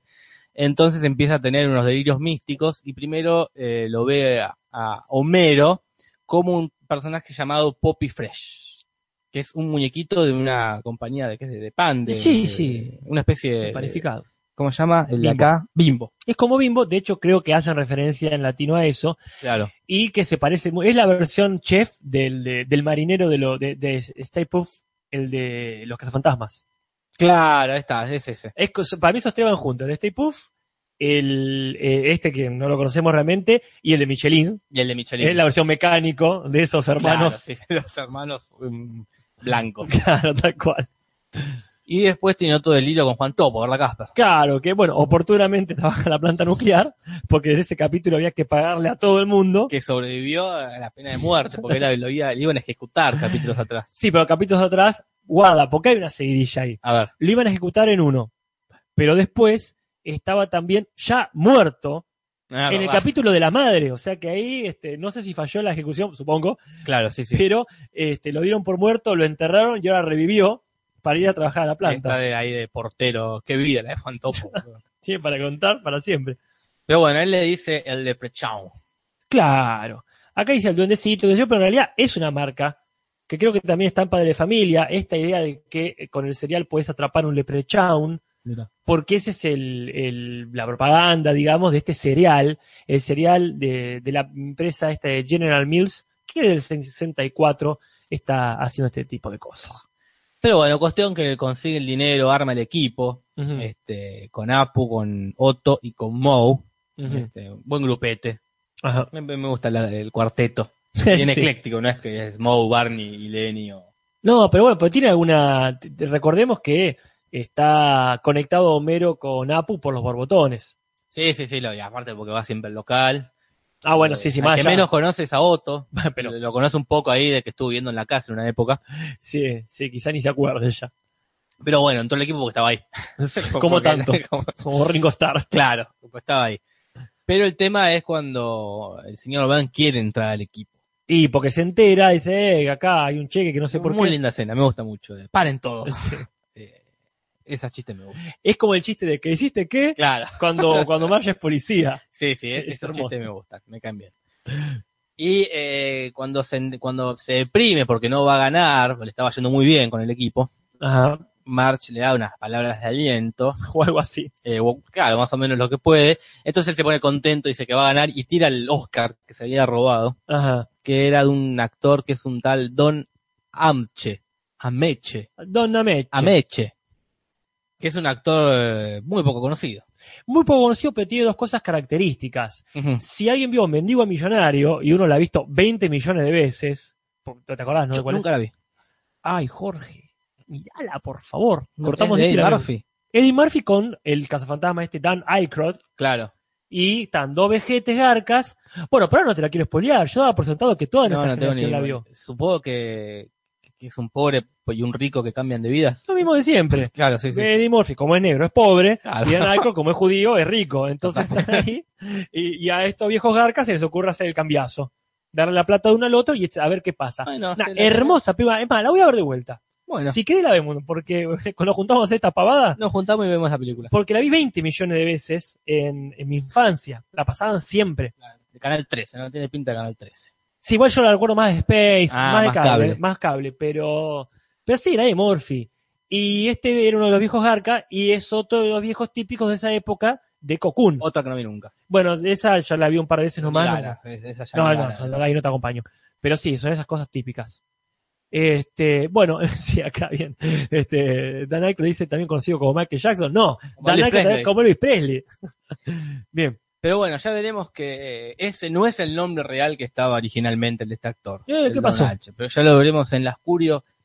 [SPEAKER 3] Entonces empieza a tener unos delirios místicos, y primero eh, lo ve a, a Homero como un personaje llamado Poppy Fresh. Que es un muñequito de una compañía de, ¿qué es? de pan, de,
[SPEAKER 2] Sí, sí.
[SPEAKER 3] una especie de,
[SPEAKER 2] Panificado.
[SPEAKER 3] ¿cómo se llama? El de
[SPEAKER 2] Bimbo.
[SPEAKER 3] acá, Bimbo.
[SPEAKER 2] Es como Bimbo, de hecho creo que hacen referencia en latino a eso,
[SPEAKER 3] Claro.
[SPEAKER 2] y que se parece mu- es la versión chef del, de- del marinero de, lo, de, de Stay Puft, el de los cazafantasmas.
[SPEAKER 3] Claro, ahí está, es ese.
[SPEAKER 2] Es, cos- para mí esos tres van juntos, el de Stay Puft, el, eh, este que no lo conocemos realmente, y el de Michelin,
[SPEAKER 3] Y el de Michelin.
[SPEAKER 2] es la versión mecánico de esos
[SPEAKER 3] Claro,
[SPEAKER 2] hermanos.
[SPEAKER 3] sí, los hermanos um, blancos.
[SPEAKER 2] Claro, tal cual.
[SPEAKER 3] Y después tiene otro delirio con Juan Topo, ¿verdad, Casper?
[SPEAKER 2] Claro, que bueno, oportunamente trabaja en la planta nuclear, porque en ese capítulo había que pagarle a todo el mundo.
[SPEAKER 3] Que sobrevivió a la pena de muerte, porque él lo iba- le iban a ejecutar capítulos atrás.
[SPEAKER 2] Sí, pero capítulos atrás, guarda, porque hay una seguidilla ahí.
[SPEAKER 3] A ver,
[SPEAKER 2] lo iban a ejecutar en uno. Pero después estaba también ya muerto
[SPEAKER 3] Ah,
[SPEAKER 2] en el
[SPEAKER 3] verdad.
[SPEAKER 2] capítulo de la madre. O sea que ahí, este, no sé si falló la ejecución, supongo,
[SPEAKER 3] claro, sí, sí.
[SPEAKER 2] pero este, lo dieron por muerto, lo enterraron y ahora revivió para ir a trabajar a la
[SPEAKER 3] Está
[SPEAKER 2] planta.
[SPEAKER 3] de ahí de portero, qué vida la de Juan Topo.
[SPEAKER 2] Tiene para contar para siempre.
[SPEAKER 3] Pero bueno, él le dice el leprechaun.
[SPEAKER 2] Claro. Acá dice el duendecito, que yo, pero en realidad es una marca que creo que también está en Padre de Familia, esta idea de que eh, con el cereal puedes atrapar un leprechaun,
[SPEAKER 3] Mira.
[SPEAKER 2] porque esa es el, el- la propaganda, digamos, de este cereal, el cereal de, de la empresa esta de General Mills, que del 64 está haciendo este tipo de cosas.
[SPEAKER 3] Pero bueno, cuestión que consigue el dinero, arma el equipo,
[SPEAKER 2] Ujú,
[SPEAKER 3] este, con Apu, con Otto y con Moe.
[SPEAKER 2] ujú.
[SPEAKER 3] Este, buen grupete.
[SPEAKER 2] eh, Ajá.
[SPEAKER 3] Me, me gusta la- el cuarteto. Bien
[SPEAKER 2] Sí.
[SPEAKER 3] ecléctico, no es que es Moe, Barney y Lenny. o-
[SPEAKER 2] No, pero bueno, pero tiene alguna. te- te- Recordemos que está conectado Homero con Apu por los borbotones.
[SPEAKER 3] Sí, sí, sí, lo, y aparte porque va siempre al local.
[SPEAKER 2] Ah, bueno, sí, sí,
[SPEAKER 3] Eh, Al
[SPEAKER 2] más
[SPEAKER 3] que
[SPEAKER 2] allá.
[SPEAKER 3] menos conoces a Otto,
[SPEAKER 2] Pero-
[SPEAKER 3] lo conoce un poco ahí de que estuvo viviendo en la casa en una época.
[SPEAKER 2] Sí, sí, quizá ni se acuerde ya.
[SPEAKER 3] Pero bueno, entró el equipo porque estaba ahí.
[SPEAKER 2] Como
[SPEAKER 3] Porque-
[SPEAKER 2] tantos,
[SPEAKER 3] como-
[SPEAKER 2] como Ringo Starr.
[SPEAKER 3] claro, porque estaba ahí. Pero el tema es cuando el señor Van quiere entrar al equipo.
[SPEAKER 2] Y porque se entera, dice, eh, acá hay un cheque que no sé por
[SPEAKER 3] Muy
[SPEAKER 2] qué.
[SPEAKER 3] linda escena, me gusta mucho. eh, Paren todo.
[SPEAKER 2] Sí.
[SPEAKER 3] Eh, esas chistes me gustan.
[SPEAKER 2] Es como el chiste de que hiciste qué
[SPEAKER 3] Claro.
[SPEAKER 2] cuando, cuando Marge es policía.
[SPEAKER 3] Sí, sí,
[SPEAKER 2] Es
[SPEAKER 3] es esos
[SPEAKER 2] hermoso.
[SPEAKER 3] chistes me gustan, me caen bien. Y eh, cuando, se, cuando se deprime porque no va a ganar, le estaba yendo muy bien con el equipo,
[SPEAKER 2] Ajá,
[SPEAKER 3] March le da unas palabras de aliento,
[SPEAKER 2] o algo así.
[SPEAKER 3] eh, o- claro, más o menos lo que puede. Entonces él se pone contento, dice que va a ganar y tira el Oscar que se había robado,
[SPEAKER 2] Ajá.
[SPEAKER 3] que era de un actor que es un tal Don Amche, Ameche,
[SPEAKER 2] Donna Meche.
[SPEAKER 3] Ameche, que es un actor eh, muy poco conocido.
[SPEAKER 2] Muy poco conocido, pero tiene dos cosas características. Si alguien vio Mendigo a Millonario y uno la ha visto 20 millones de veces, ¿te acordás? No?
[SPEAKER 3] Yo
[SPEAKER 2] ¿Cuál es?
[SPEAKER 3] nunca la vi.
[SPEAKER 2] Ay, Jorge. mirala, por favor.
[SPEAKER 4] No,
[SPEAKER 2] Cortamos
[SPEAKER 4] es de
[SPEAKER 2] este y la
[SPEAKER 4] Eddie
[SPEAKER 2] vemos.
[SPEAKER 4] Murphy.
[SPEAKER 2] Eddie Murphy con el cazafantasma este Dan Aykroyd
[SPEAKER 3] Claro.
[SPEAKER 2] y están dos vejetes garcas. Bueno, pero ahora no te la quiero spoilear. Yo daba por sentado que toda nuestra
[SPEAKER 3] tengo
[SPEAKER 2] generación
[SPEAKER 3] ni-
[SPEAKER 2] la vio.
[SPEAKER 3] Supongo que, que es un pobre y un rico que cambian de vidas.
[SPEAKER 2] Lo mismo de siempre.
[SPEAKER 3] Claro, sí, sí.
[SPEAKER 2] Eddie Murphy, como es negro, es pobre.
[SPEAKER 3] Claro.
[SPEAKER 2] Y Dan Aykroyd, como es judío, es rico. Entonces están ahí. Y, y a estos viejos garcas se les ocurre hacer el cambiazo. Darle la plata de uno al otro y a ver qué pasa.
[SPEAKER 3] Bueno,
[SPEAKER 2] Una
[SPEAKER 3] sí, la-
[SPEAKER 2] hermosa piba. Es más, la voy a ver de vuelta.
[SPEAKER 3] Ah, Bueno,
[SPEAKER 2] Si querés la vemos, porque cuando juntamos a hacer esta pavada,
[SPEAKER 3] nos juntamos y vemos la película.
[SPEAKER 2] porque la vi 20 millones de veces en, en mi infancia. La pasaban siempre.
[SPEAKER 3] De Canal 13, no tiene pinta de Canal 13.
[SPEAKER 2] Sí, igual yo la recuerdo más de Space,
[SPEAKER 3] Ah,
[SPEAKER 2] más de
[SPEAKER 3] más
[SPEAKER 2] cable,
[SPEAKER 3] cable.
[SPEAKER 2] más cable, pero, pero sí, era de Murphy. Y este era uno de los viejos Garca y es otro de los viejos típicos de esa época de Cocoon.
[SPEAKER 3] Otra que no vi nunca.
[SPEAKER 2] Bueno, esa ya la vi un par de veces nomás.
[SPEAKER 3] Lara, es- esa ya
[SPEAKER 2] No,
[SPEAKER 3] ni
[SPEAKER 2] no,
[SPEAKER 3] Lara.
[SPEAKER 2] no, no, ahí no te acompaño. Pero sí, son esas cosas típicas. Este, bueno, sí, acá bien. Este, Dan Aykroyd dice también conocido como Michael Jackson. No,
[SPEAKER 3] Como
[SPEAKER 2] Dan
[SPEAKER 3] Elvis
[SPEAKER 2] Aykroyd
[SPEAKER 3] Presley.
[SPEAKER 2] como Elvis Presley. bien.
[SPEAKER 3] Pero bueno, ya veremos que eh, ese no es el nombre real que estaba originalmente el de este actor.
[SPEAKER 2] Eh,
[SPEAKER 3] el
[SPEAKER 2] ¿qué
[SPEAKER 3] Don
[SPEAKER 2] pasó?
[SPEAKER 3] H, pero ya lo veremos en las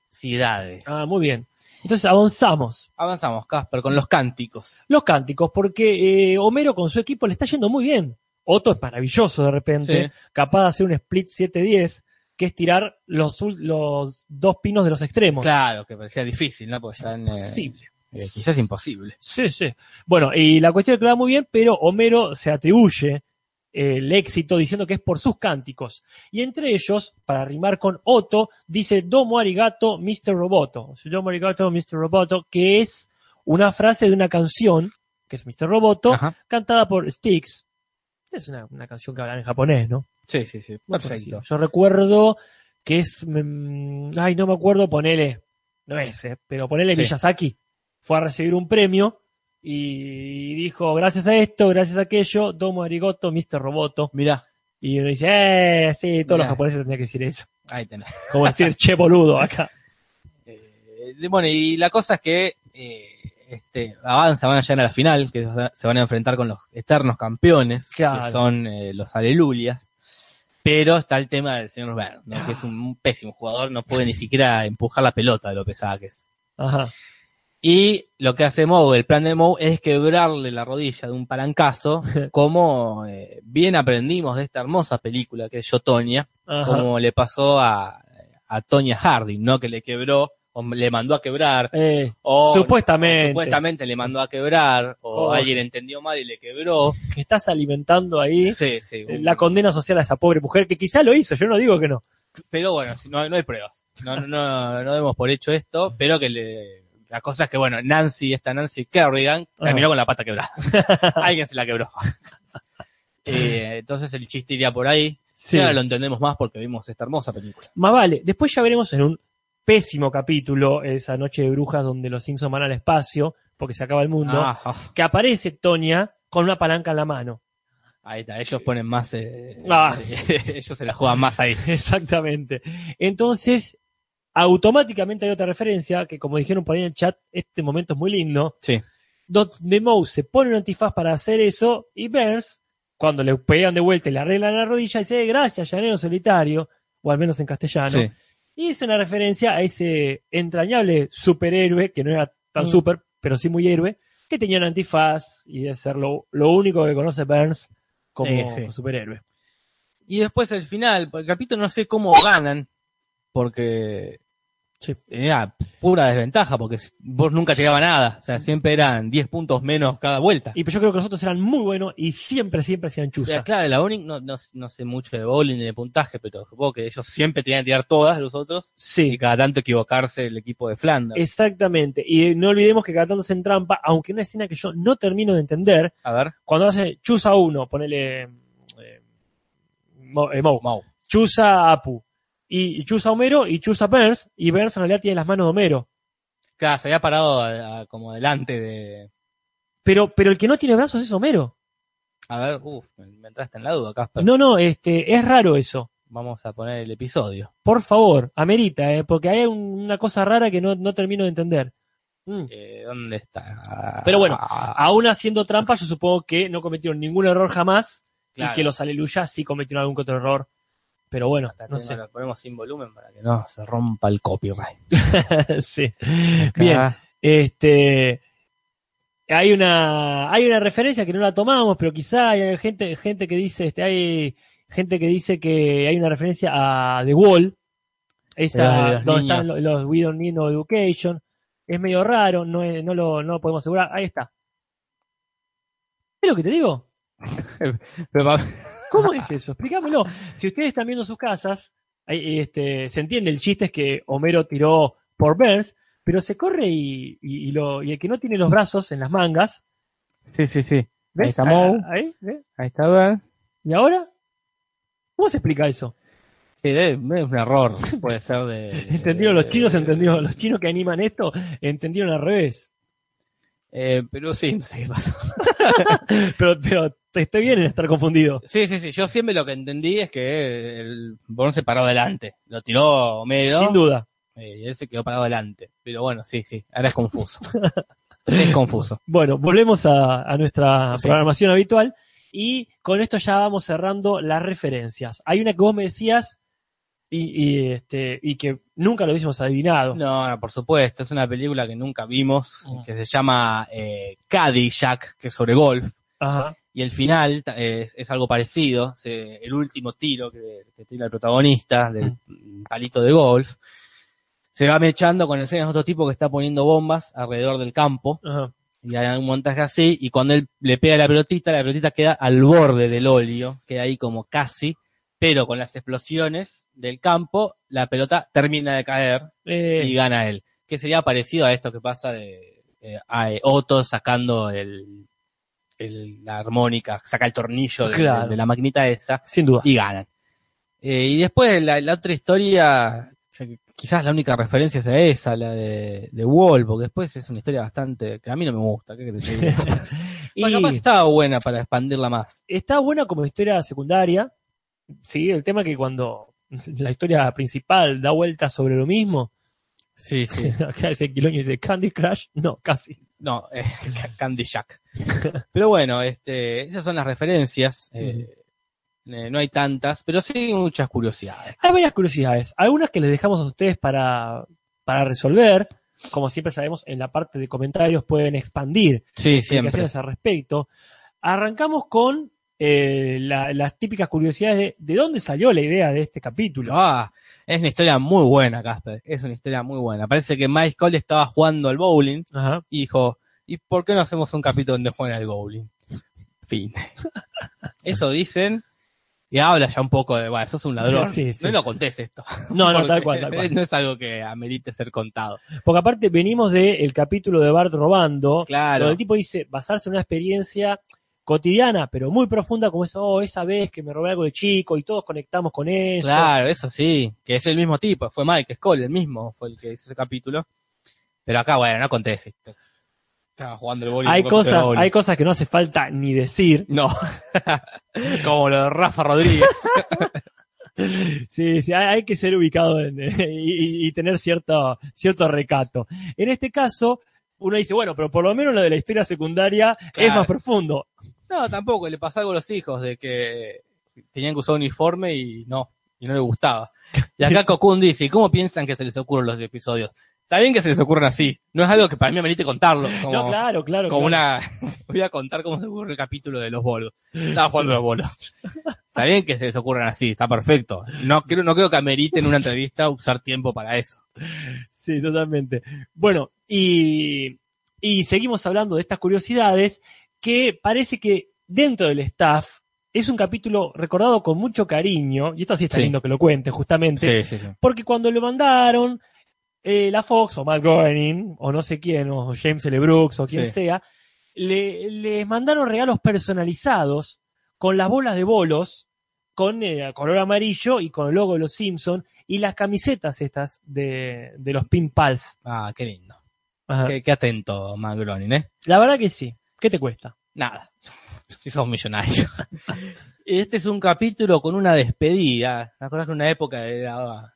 [SPEAKER 3] curiosidades.
[SPEAKER 2] Ah, muy bien. Entonces avanzamos.
[SPEAKER 3] Avanzamos, Casper, con los cánticos.
[SPEAKER 2] Los cánticos, porque eh, Homero con su equipo le está yendo muy bien. Otto es maravilloso de repente,
[SPEAKER 3] Sí.
[SPEAKER 2] capaz de hacer un split 7-10, que es tirar los, ul- los dos pinos de los extremos.
[SPEAKER 3] Claro, que parecía difícil, ¿no? Porque están. eh,
[SPEAKER 2] Sí,
[SPEAKER 3] eh, quizás imposible.
[SPEAKER 2] Sí, sí. Bueno, y la cuestión es que va muy bien, pero Homero se atribuye el éxito diciendo que es por sus cánticos. Y entre ellos, para rimar con Otto, dice Domo arigato, Mr. Roboto. Domo arigato, Mr. Roboto, que es una frase de una canción, que es Mr. Roboto,
[SPEAKER 3] Ajá.
[SPEAKER 2] cantada por Styx. Es una, una canción que hablan en japonés, ¿no?
[SPEAKER 3] Sí, sí, Ah, pues sí. Perfecto.
[SPEAKER 2] Yo recuerdo que es. mm, Ay, no me acuerdo, ponele. No es, eh, pero ponele
[SPEAKER 3] Sí.
[SPEAKER 2] Miyazaki. Fue a recibir un premio y dijo: Gracias a esto, gracias a aquello, Domo Arigoto, Mr. Roboto.
[SPEAKER 3] Mirá,
[SPEAKER 2] Y uno dice: ¡Eh! Sí, todos los
[SPEAKER 3] Mirá.
[SPEAKER 2] japoneses tendrían que decir eso.
[SPEAKER 3] ahí tenés.
[SPEAKER 2] Como decir, che, boludo, acá.
[SPEAKER 3] Eh, de- bueno, y la cosa es que eh, este, avanza, van a llegar a la final, que se van a enfrentar con los eternos campeones,
[SPEAKER 2] Claro.
[SPEAKER 3] que son eh, los aleluyas. Pero está el tema del señor Verne, ¿no? que es un, un pésimo jugador, no puede ni siquiera empujar la pelota de lo pesada que es.
[SPEAKER 2] Ajá.
[SPEAKER 3] Y lo que hace Moe, el plan de Moe, es quebrarle la rodilla de un palancazo, como eh, bien aprendimos de esta hermosa película que es Yotonia,
[SPEAKER 2] Ajá.
[SPEAKER 3] como le pasó a, a Tonya Harding, ¿no? Que le quebró, o le mandó a quebrar,
[SPEAKER 2] Eh,
[SPEAKER 3] o
[SPEAKER 2] supuestamente,
[SPEAKER 3] Oh, supuestamente le mandó a quebrar, o
[SPEAKER 2] Oh.
[SPEAKER 3] alguien entendió mal y le quebró.
[SPEAKER 2] que estás alimentando ahí
[SPEAKER 3] Sí, sí.
[SPEAKER 2] eh,
[SPEAKER 3] un-
[SPEAKER 2] la condena social a esa pobre mujer que quizá lo hizo, yo no digo que no.
[SPEAKER 3] Pero bueno, si no, no hay pruebas. No, no, no, no demos por hecho esto, pero que le... La cosa es que, bueno, Nancy, esta Nancy Kerrigan, terminó
[SPEAKER 2] Ajá.
[SPEAKER 3] con la pata quebrada. alguien se la quebró. Eh, entonces el chiste iría por ahí.
[SPEAKER 2] Sí.
[SPEAKER 3] Ahora lo entendemos más porque vimos esta hermosa película.
[SPEAKER 2] Más vale. Después ya veremos en un pésimo capítulo, esa noche de brujas donde los Simpsons van al espacio, porque se acaba el mundo,
[SPEAKER 3] Ah, ah,
[SPEAKER 2] que aparece Tonia con una palanca en la mano.
[SPEAKER 3] ahí está, ellos ponen más... eh,
[SPEAKER 2] Ah.
[SPEAKER 3] ellos se la juegan más ahí.
[SPEAKER 2] Exactamente. Entonces, automáticamente hay otra referencia, que como dijeron por ahí en el chat, este momento es muy lindo,
[SPEAKER 3] Sí.
[SPEAKER 2] donde Mouse se pone un antifaz para hacer eso y Burns, cuando le pegan de vuelta y le arreglan la rodilla, dice, "Eh, gracias, llanero solitario, o al menos en castellano.
[SPEAKER 3] Sí.
[SPEAKER 2] Y es una referencia a ese entrañable superhéroe, que no era tan
[SPEAKER 4] Mm.
[SPEAKER 2] super, pero sí muy héroe, que tenía un antifaz y de ser lo, lo único que conoce Burns como
[SPEAKER 3] Eh, sí.
[SPEAKER 2] superhéroe.
[SPEAKER 3] Y después el final, el capítulo no sé cómo ganan, porque
[SPEAKER 2] Sí.
[SPEAKER 3] era pura desventaja, porque si- vos nunca tiraba nada, o sea, siempre eran 10 puntos menos cada vuelta.
[SPEAKER 2] Y pero yo creo que los otros eran muy buenos y siempre, siempre hacían
[SPEAKER 3] O sea,
[SPEAKER 2] chusa.
[SPEAKER 3] claro, la bowling, no, no, no sé mucho de bowling ni de puntaje, pero supongo que ellos siempre tenían que tirar todas los otros y
[SPEAKER 2] Sí, Eh.
[SPEAKER 3] cada tanto equivocarse el equipo de Flanders.
[SPEAKER 2] exactamente. Y no olvidemos que cada tanto se entrampa, aunque una escena que yo no termino de entender,
[SPEAKER 3] A ver,
[SPEAKER 2] cuando hace chusa uno, ponele eh, Mo- eh, Moe,
[SPEAKER 3] Mau.
[SPEAKER 2] chusa Apu, y, y chusa Homero y chusa Burns, y Burns en realidad tiene las manos de Homero.
[SPEAKER 3] Claro, se había parado a- a- como delante de...
[SPEAKER 2] Pero, pero el que no tiene brazos es Homero.
[SPEAKER 3] A ver, uff, me entraste en la duda, Casper.
[SPEAKER 2] No, no, este, es raro eso.
[SPEAKER 3] Vamos a poner el episodio.
[SPEAKER 2] Por favor, amerita, eh, porque hay un- una cosa rara que no, no termino de entender. Mm.
[SPEAKER 3] Eh, ¿Dónde está? Ah,
[SPEAKER 2] Pero bueno, Aún haciendo trampa, yo supongo que no cometieron ningún error jamás
[SPEAKER 3] Claro.
[SPEAKER 2] y que los aleluyas sí cometieron algún que otro error. Pero bueno,
[SPEAKER 3] Hasta que
[SPEAKER 2] no sé.
[SPEAKER 3] lo ponemos sin volumen para que no se rompa el copyright. Ah.
[SPEAKER 2] sí. Bien. Este, hay una, hay una referencia que no la tomamos, pero quizá hay gente, gente que dice, este, hay gente que dice que hay una referencia a The Wall,
[SPEAKER 3] La de
[SPEAKER 2] esa
[SPEAKER 3] los
[SPEAKER 2] donde
[SPEAKER 3] niños.
[SPEAKER 2] están los, los We Don't Need No Education. Es medio raro, no, es- no, lo, no lo podemos asegurar. Ahí está. ¿Es lo que te digo?
[SPEAKER 3] Pero pa-
[SPEAKER 2] ¿Cómo es eso? Explícamelo. Si ustedes están viendo sus casas, ahí, este, se entiende, el chiste es que Homero tiró por Burns, pero se corre y, y- y lo, y el que no tiene los brazos en las mangas,
[SPEAKER 3] sí, sí, sí. Ahí
[SPEAKER 2] ¿ves?
[SPEAKER 3] está Moe,
[SPEAKER 2] Ah, ahí, ¿ves?
[SPEAKER 3] ahí está Burns.
[SPEAKER 2] ¿Y ahora? ¿Cómo se explica eso?
[SPEAKER 3] Sí, de- es un error, puede ser de...
[SPEAKER 2] ¿Entendieron?
[SPEAKER 3] de-
[SPEAKER 2] Los chinos entendieron, los chinos que animan esto entendieron al revés.
[SPEAKER 3] Eh, pero sí, no sé qué pasó.
[SPEAKER 2] Pero, pero estoy bien en estar confundido.
[SPEAKER 3] Sí, sí, sí, yo siempre lo que entendí es que el Burns se paró adelante, lo tiró Homero
[SPEAKER 2] Sin duda.
[SPEAKER 3] eh, y él se quedó parado adelante. Pero bueno, sí, sí, ahora es confuso. es confuso.
[SPEAKER 2] Bueno, volvemos a, a nuestra
[SPEAKER 3] Sí.
[SPEAKER 2] programación habitual y con esto ya vamos cerrando las referencias. Hay una que vos me decías y, y, este, y que nunca lo hubiésemos adivinado.
[SPEAKER 3] No, no, por supuesto, es una película que nunca vimos,
[SPEAKER 2] Mm.
[SPEAKER 3] que se llama eh, Cadillac, que es sobre golf.
[SPEAKER 2] Ajá.
[SPEAKER 3] Y el final ta- es, es algo parecido, se- el último tiro que, que tira el protagonista del palito de golf, se va mechando con escenas de otro tipo que está poniendo bombas alrededor del campo,
[SPEAKER 2] ajá.
[SPEAKER 3] y hay un montaje así, y cuando él le pega la pelotita, la pelotita queda al borde del óleo, queda ahí como casi, pero con las explosiones del campo, la pelota termina de caer
[SPEAKER 2] Eh,
[SPEAKER 3] y gana él. Que sería parecido a esto que pasa de eh, a, eh, Otto sacando el, el- la armónica, saca el tornillo de,
[SPEAKER 2] Claro.
[SPEAKER 3] de- de la maquinita esa
[SPEAKER 2] sin duda.
[SPEAKER 3] y ganan. Eh, y después la, la otra historia, que quizás la única referencia es a esa, la de, de Wall, porque después es una historia bastante que a mí no me gusta. ¿qué querés que te diga?
[SPEAKER 2] Y
[SPEAKER 3] Bueno, capaz que estaba buena para expandirla más.
[SPEAKER 2] está buena como historia secundaria. Sí, el tema que cuando la historia principal da vueltas sobre lo mismo,
[SPEAKER 3] Sí, sí.
[SPEAKER 2] acá ese quiloño dice Candy Crush, no, casi.
[SPEAKER 3] No, eh, Candy Jack. Pero bueno, este, esas son las referencias. eh, eh, no hay tantas, pero sí muchas curiosidades.
[SPEAKER 2] Hay varias curiosidades. Algunas que les dejamos a ustedes para, para resolver. Como siempre sabemos, en la parte de comentarios pueden expandir
[SPEAKER 3] Sí,
[SPEAKER 2] explicaciones al respecto. Arrancamos con eh, la- las típicas curiosidades de, de dónde salió la idea de este capítulo.
[SPEAKER 3] Ah, es una historia muy buena, Casper. Es una historia muy buena. Parece que Mike Cole estaba jugando al bowling
[SPEAKER 2] Ajá.
[SPEAKER 3] y dijo, ¿y por qué no hacemos un capítulo donde juegan al bowling? Fin. Eso dicen. Y habla ya un poco de, bueno, sos un ladrón.
[SPEAKER 2] Sí, sí.
[SPEAKER 3] No lo contés esto.
[SPEAKER 2] No, no, tal
[SPEAKER 3] porque
[SPEAKER 2] cual, tal cual.
[SPEAKER 3] No es algo que amerite ser contado.
[SPEAKER 2] Porque aparte venimos del capítulo de Bart robando,
[SPEAKER 3] Claro.
[SPEAKER 2] donde el tipo dice basarse en una experiencia cotidiana, pero muy profunda, como eso, "Oh, esa vez que me robé algo de chico y todos conectamos con eso.
[SPEAKER 3] Claro, eso sí, que es el mismo tipo, fue Mike Skoll, el mismo, fue el que hizo ese capítulo. Pero acá, bueno, no acontece. Estaba jugando el bowling.
[SPEAKER 2] Hay
[SPEAKER 3] con el
[SPEAKER 2] cosas,
[SPEAKER 3] bowling.
[SPEAKER 2] hay cosas que no hace falta ni decir.
[SPEAKER 3] No, como lo de Rafa Rodríguez.
[SPEAKER 2] Sí, sí, hay, hay que ser ubicado en- y, y- y tener cierto, cierto recato. En este caso, uno dice, bueno, pero por lo menos lo de la historia secundaria es
[SPEAKER 3] Claro.
[SPEAKER 2] más profundo.
[SPEAKER 3] No, tampoco, le pasó algo a los hijos de que tenían que usar uniforme y no, y no le gustaba. Y acá Cocoon dice, ¿y cómo piensan que se les ocurren los episodios? Está bien que se les ocurran así, no es algo que para mí amerite contarlo. Como,
[SPEAKER 2] no, claro, claro.
[SPEAKER 3] como
[SPEAKER 2] claro.
[SPEAKER 3] una. Voy a contar cómo se ocurre el capítulo de los bolos. Estaba jugando a los bolos. Está bien que se les ocurran así, está perfecto. No creo, no creo que ameriten una entrevista usar tiempo para eso.
[SPEAKER 2] Sí, totalmente. Bueno, y, y seguimos hablando de estas curiosidades que parece que dentro del staff es un capítulo recordado con mucho cariño, y esto sí está
[SPEAKER 3] Sí.
[SPEAKER 2] lindo que lo cuente, justamente,
[SPEAKER 3] sí, sí.
[SPEAKER 2] Porque cuando lo mandaron, eh, la Fox o Matt Groening, o no sé quién, o James L. Brooks, o quien
[SPEAKER 3] Sí.
[SPEAKER 2] sea, le, les mandaron regalos personalizados con las bolas de bolos, con eh, color amarillo y con el logo de los Simpson y las camisetas estas de, de los Pin Pals.
[SPEAKER 3] Ah, qué lindo.
[SPEAKER 2] Ajá.
[SPEAKER 3] Qué, qué atento, Mangronin, ¿eh?
[SPEAKER 2] La verdad que sí. ¿Qué te cuesta?
[SPEAKER 3] Nada. Si sos millonario. Este es un capítulo con una despedida. ¿Te acordás que en una época era,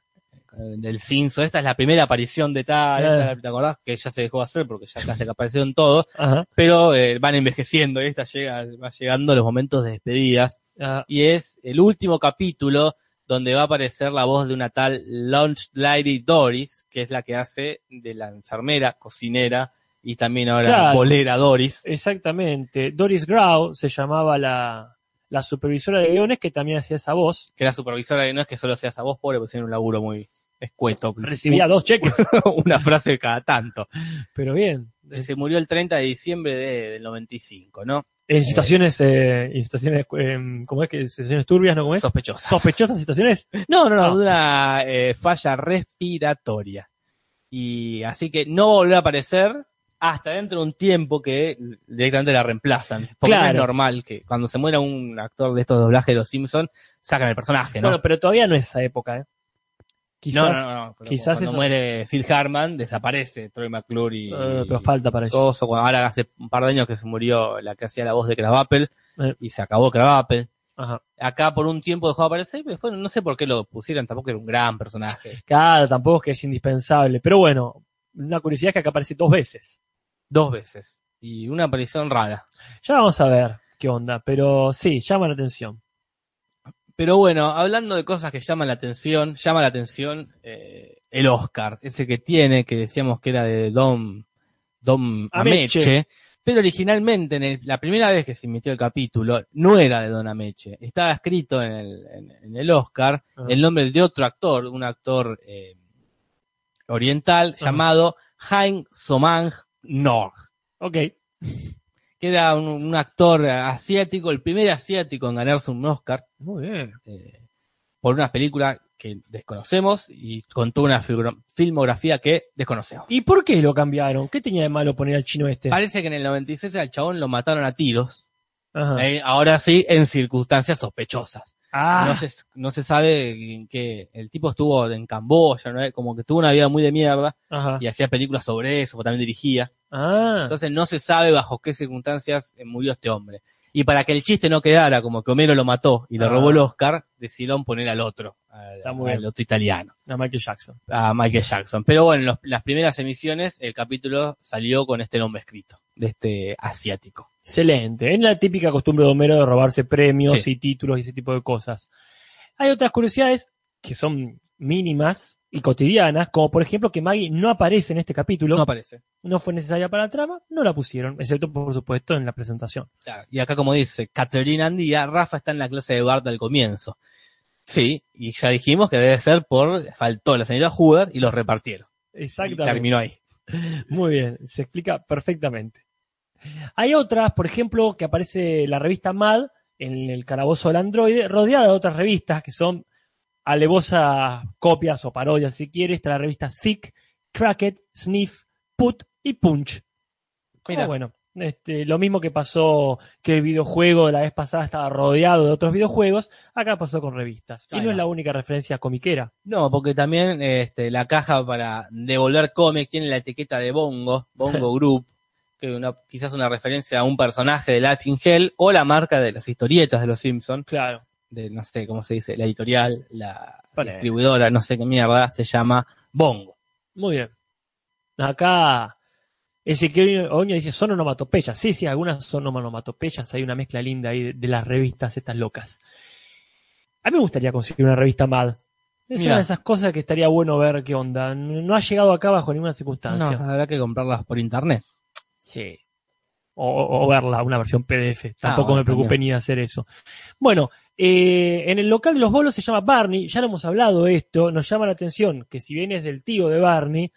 [SPEAKER 3] del Cinzo? Esta es la primera aparición de tal. esta es la- ¿Te acordás? Que ya se dejó de hacer porque ya casi que aparecieron todos.
[SPEAKER 2] Ajá.
[SPEAKER 3] pero eh, van envejeciendo y esta llega, va llegando a los momentos de despedidas
[SPEAKER 2] Ah,
[SPEAKER 3] y es el último capítulo donde va a aparecer la voz de una tal Launch Lady Doris, que es la que hace de la enfermera, cocinera y también ahora
[SPEAKER 2] Claro.
[SPEAKER 3] bolera Doris.
[SPEAKER 2] Exactamente. Doris Grau se llamaba la, la supervisora de guiones que también hacía esa voz.
[SPEAKER 3] que era supervisora, que no es que solo seas a vos pobre, porque tiene un laburo muy escueto.
[SPEAKER 2] Recibía dos cheques,
[SPEAKER 3] una frase cada tanto.
[SPEAKER 2] pero bien.
[SPEAKER 3] Se murió el 30 de diciembre de- del 95, ¿no?
[SPEAKER 2] En situaciones, eh, en situaciones, eh, ¿cómo es que? Situaciones turbias, ¿no? ¿Cómo es?
[SPEAKER 3] Sospechosa.
[SPEAKER 2] Sospechosas situaciones.
[SPEAKER 3] no, no, no,
[SPEAKER 2] No.
[SPEAKER 3] una eh, falla respiratoria. Y así que no va a volver a aparecer hasta dentro de un tiempo que directamente la reemplazan. Porque no
[SPEAKER 2] Claro.
[SPEAKER 3] es normal que cuando se muera un actor de estos doblajes de los Simpsons, sacan el personaje, ¿no?
[SPEAKER 2] Bueno, pero todavía no es esa época, ¿eh? Quizás,
[SPEAKER 3] no, no, no, pero
[SPEAKER 2] quizás
[SPEAKER 3] cuando
[SPEAKER 2] eso-
[SPEAKER 3] muere Phil Hartman, desaparece Troy McClure y,
[SPEAKER 2] eh, pero falta para eso.
[SPEAKER 3] Coso, cuando ahora hace un par de años que se murió la que hacía la voz de Crabapple
[SPEAKER 2] Eh.
[SPEAKER 3] y se acabó Crabapple.
[SPEAKER 2] Ajá.
[SPEAKER 3] Acá por un tiempo dejó de aparecer, pero después no sé por qué lo pusieron, tampoco era un gran personaje.
[SPEAKER 2] Claro, tampoco es que es indispensable. Pero bueno, una curiosidad es que acá aparece dos veces.
[SPEAKER 3] Dos veces. Y una aparición rara.
[SPEAKER 2] Ya vamos a ver qué onda, pero sí, llama la atención.
[SPEAKER 3] Pero bueno, hablando de cosas que llaman la atención, llama la atención eh, el Oscar, ese que tiene, que decíamos que era de Dom, Dom
[SPEAKER 2] Ameche.
[SPEAKER 3] Ameche. Pero originalmente, en el- la primera vez que se emitió el capítulo, no era de Don Ameche. Estaba escrito en el, en- en el Oscar
[SPEAKER 2] Ajá.
[SPEAKER 3] el nombre de otro actor, un actor eh, oriental
[SPEAKER 2] Ajá.
[SPEAKER 3] llamado Hein Somang Nog
[SPEAKER 2] Ok.
[SPEAKER 3] que era un, un actor asiático, el primer asiático en ganarse un Oscar
[SPEAKER 2] Muy bien.
[SPEAKER 3] eh, por una película que desconocemos y contó una fibro- filmografía que desconocemos.
[SPEAKER 2] ¿Y por qué lo cambiaron? ¿Qué tenía de malo poner al chino este?
[SPEAKER 3] Parece que en el 96 al chabón lo mataron a tiros,
[SPEAKER 2] Ajá.
[SPEAKER 3] eh, ahora sí en circunstancias sospechosas.
[SPEAKER 2] Ah,
[SPEAKER 3] No, se, no se sabe en qué. El tipo estuvo en Camboya, ¿no? como que tuvo una vida muy de mierda
[SPEAKER 2] ajá.
[SPEAKER 3] y hacía películas sobre eso, porque también dirigía.
[SPEAKER 2] Ah,
[SPEAKER 3] Entonces no se sabe bajo qué circunstancias eh, murió este hombre. Y para que el chiste no quedara como que Homero lo mató y le
[SPEAKER 2] Ah.
[SPEAKER 3] robó el Oscar, decidieron poner al otro, al,
[SPEAKER 2] Está muy
[SPEAKER 3] al
[SPEAKER 2] bien.
[SPEAKER 3] otro italiano,
[SPEAKER 2] a Michael Jackson.
[SPEAKER 3] a Michael Jackson. Pero bueno, en los- las primeras emisiones el capítulo salió con este nombre escrito, de este asiático.
[SPEAKER 2] Excelente. Es la típica costumbre de Homero de robarse premios
[SPEAKER 3] Sí.
[SPEAKER 2] y títulos y ese tipo de cosas. Hay otras curiosidades que son mínimas y cotidianas, como por ejemplo que Maggie no aparece en este capítulo,
[SPEAKER 3] No
[SPEAKER 2] no,
[SPEAKER 3] aparece.
[SPEAKER 2] fue necesaria para la trama, no la pusieron, excepto por supuesto en la presentación.
[SPEAKER 3] Claro. Y acá como dice Caterina Andía, Rafa está en la clase de Bart al comienzo. Sí, y ya dijimos que debe ser por, faltó la señora Hoover y los repartieron. Y terminó ahí.
[SPEAKER 2] Muy bien, se explica perfectamente. Hay otras, por ejemplo, que aparece la revista Mad en el calabozo del androide, rodeada de otras revistas que son alevosas copias o parodias, si quieres. Está la revista Sick, Cracket, Sniff, Put y Punch.
[SPEAKER 3] Mira.
[SPEAKER 2] Ah, bueno, este, lo mismo que pasó que el videojuego de la vez pasada estaba rodeado de otros videojuegos, acá pasó con revistas. Y
[SPEAKER 3] Ahí
[SPEAKER 2] no es
[SPEAKER 3] va.
[SPEAKER 2] la única referencia comiquera.
[SPEAKER 3] No, porque también este, la caja para devolver cómic tiene la etiqueta de Bongo, Bongo Group, que una, quizás una referencia a un personaje de Life in Hell o la marca de las historietas de los Simpsons,
[SPEAKER 2] Claro.
[SPEAKER 3] de no sé cómo se dice, la editorial, la
[SPEAKER 2] Ponele.
[SPEAKER 3] distribuidora, no sé qué mierda, se llama Bongo.
[SPEAKER 2] Muy bien. Acá Ezequiel Oña dice, son onomatopeyas. Sí, sí, algunas son onomatopeyas. Hay una mezcla linda ahí de, de las revistas estas locas. A mí me gustaría conseguir una revista MAD. Es
[SPEAKER 3] Mirá.
[SPEAKER 2] una de esas cosas que estaría bueno ver qué onda. No no ha llegado acá bajo ninguna
[SPEAKER 3] No,
[SPEAKER 2] circunstancia.
[SPEAKER 3] habrá que comprarlas por internet.
[SPEAKER 2] Sí. O, o- o verla, una versión PDF. Tampoco
[SPEAKER 3] bueno,
[SPEAKER 2] me preocupé
[SPEAKER 3] también.
[SPEAKER 2] ni de hacer eso. Bueno, eh, en el local de los bolos se llama Barney, ya lo hemos hablado de esto, nos llama la atención que si bien es del tío de Barney,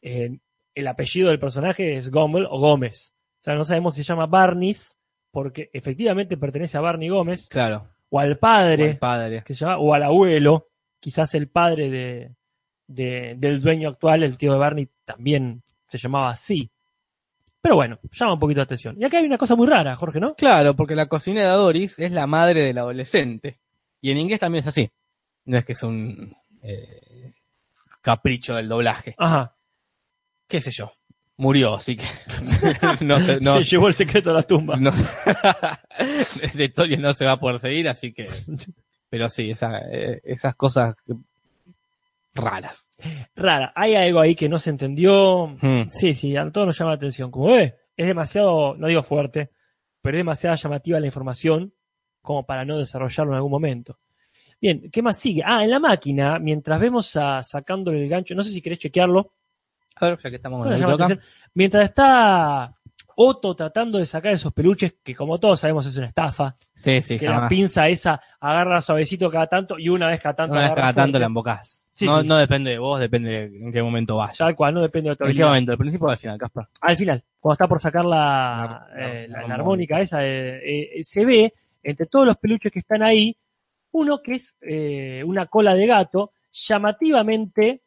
[SPEAKER 2] eh, el apellido del personaje es Gommel o Gómez. O sea, no sabemos si se llama Barnis, porque efectivamente pertenece a Barney Gómez,
[SPEAKER 3] Claro,
[SPEAKER 2] o al padre,
[SPEAKER 3] buen padre.
[SPEAKER 2] que se llama, o al abuelo, quizás el padre de, de- del dueño actual, el tío de Barney, también se llamaba así. Pero bueno, llama un poquito la atención. Y acá hay una cosa muy rara, Jorge, ¿no?
[SPEAKER 3] Claro, porque la cocinera Doris es la madre del adolescente. Y en inglés también es así. No es que es un eh, capricho del doblaje.
[SPEAKER 2] Ajá.
[SPEAKER 3] qué sé yo, murió, así que no sé, Eh, no,
[SPEAKER 2] Se llevó el secreto a la tumba.
[SPEAKER 3] no- esta historia no se va a poder seguir, así que, pero sí, esa- eh, esas cosas raras.
[SPEAKER 2] Rara. Hay algo ahí que no se entendió.
[SPEAKER 3] Mm.
[SPEAKER 2] Sí, sí, a todos nos llama la atención. Como ve, es demasiado, no digo fuerte, pero es demasiado llamativa la información como para no desarrollarlo en algún momento. Bien, ¿qué más sigue? Ah, en la máquina, mientras vemos a sacándole el gancho, no sé si querés chequearlo.
[SPEAKER 3] A ver, ya que estamos
[SPEAKER 2] No
[SPEAKER 3] en
[SPEAKER 2] le
[SPEAKER 3] el
[SPEAKER 2] llama la
[SPEAKER 3] toca.
[SPEAKER 2] atención. Mientras está Otto tratando de sacar esos peluches, que como todos sabemos es una estafa,
[SPEAKER 3] Sí, sí,
[SPEAKER 2] que la
[SPEAKER 3] jamás.
[SPEAKER 2] pinza esa agarra suavecito cada tanto y una vez cada tanto
[SPEAKER 3] Una vez
[SPEAKER 2] agarra
[SPEAKER 3] cada tanto
[SPEAKER 2] fuerte.
[SPEAKER 3] la embocás.
[SPEAKER 2] Sí,
[SPEAKER 3] no,
[SPEAKER 2] sí.
[SPEAKER 3] no depende de vos, depende de en qué momento vayas.
[SPEAKER 2] Tal cual, no depende de tu
[SPEAKER 3] ¿En qué
[SPEAKER 2] habilidad.
[SPEAKER 3] momento? ¿Al principio o al final, Caspar?
[SPEAKER 2] Al final, cuando está por sacar la,
[SPEAKER 3] La-
[SPEAKER 2] eh,
[SPEAKER 3] la-
[SPEAKER 2] la-
[SPEAKER 3] la
[SPEAKER 2] la armónica esa, eh, eh, se ve entre todos los peluches que están ahí, uno que es eh, una cola de gato, llamativamente,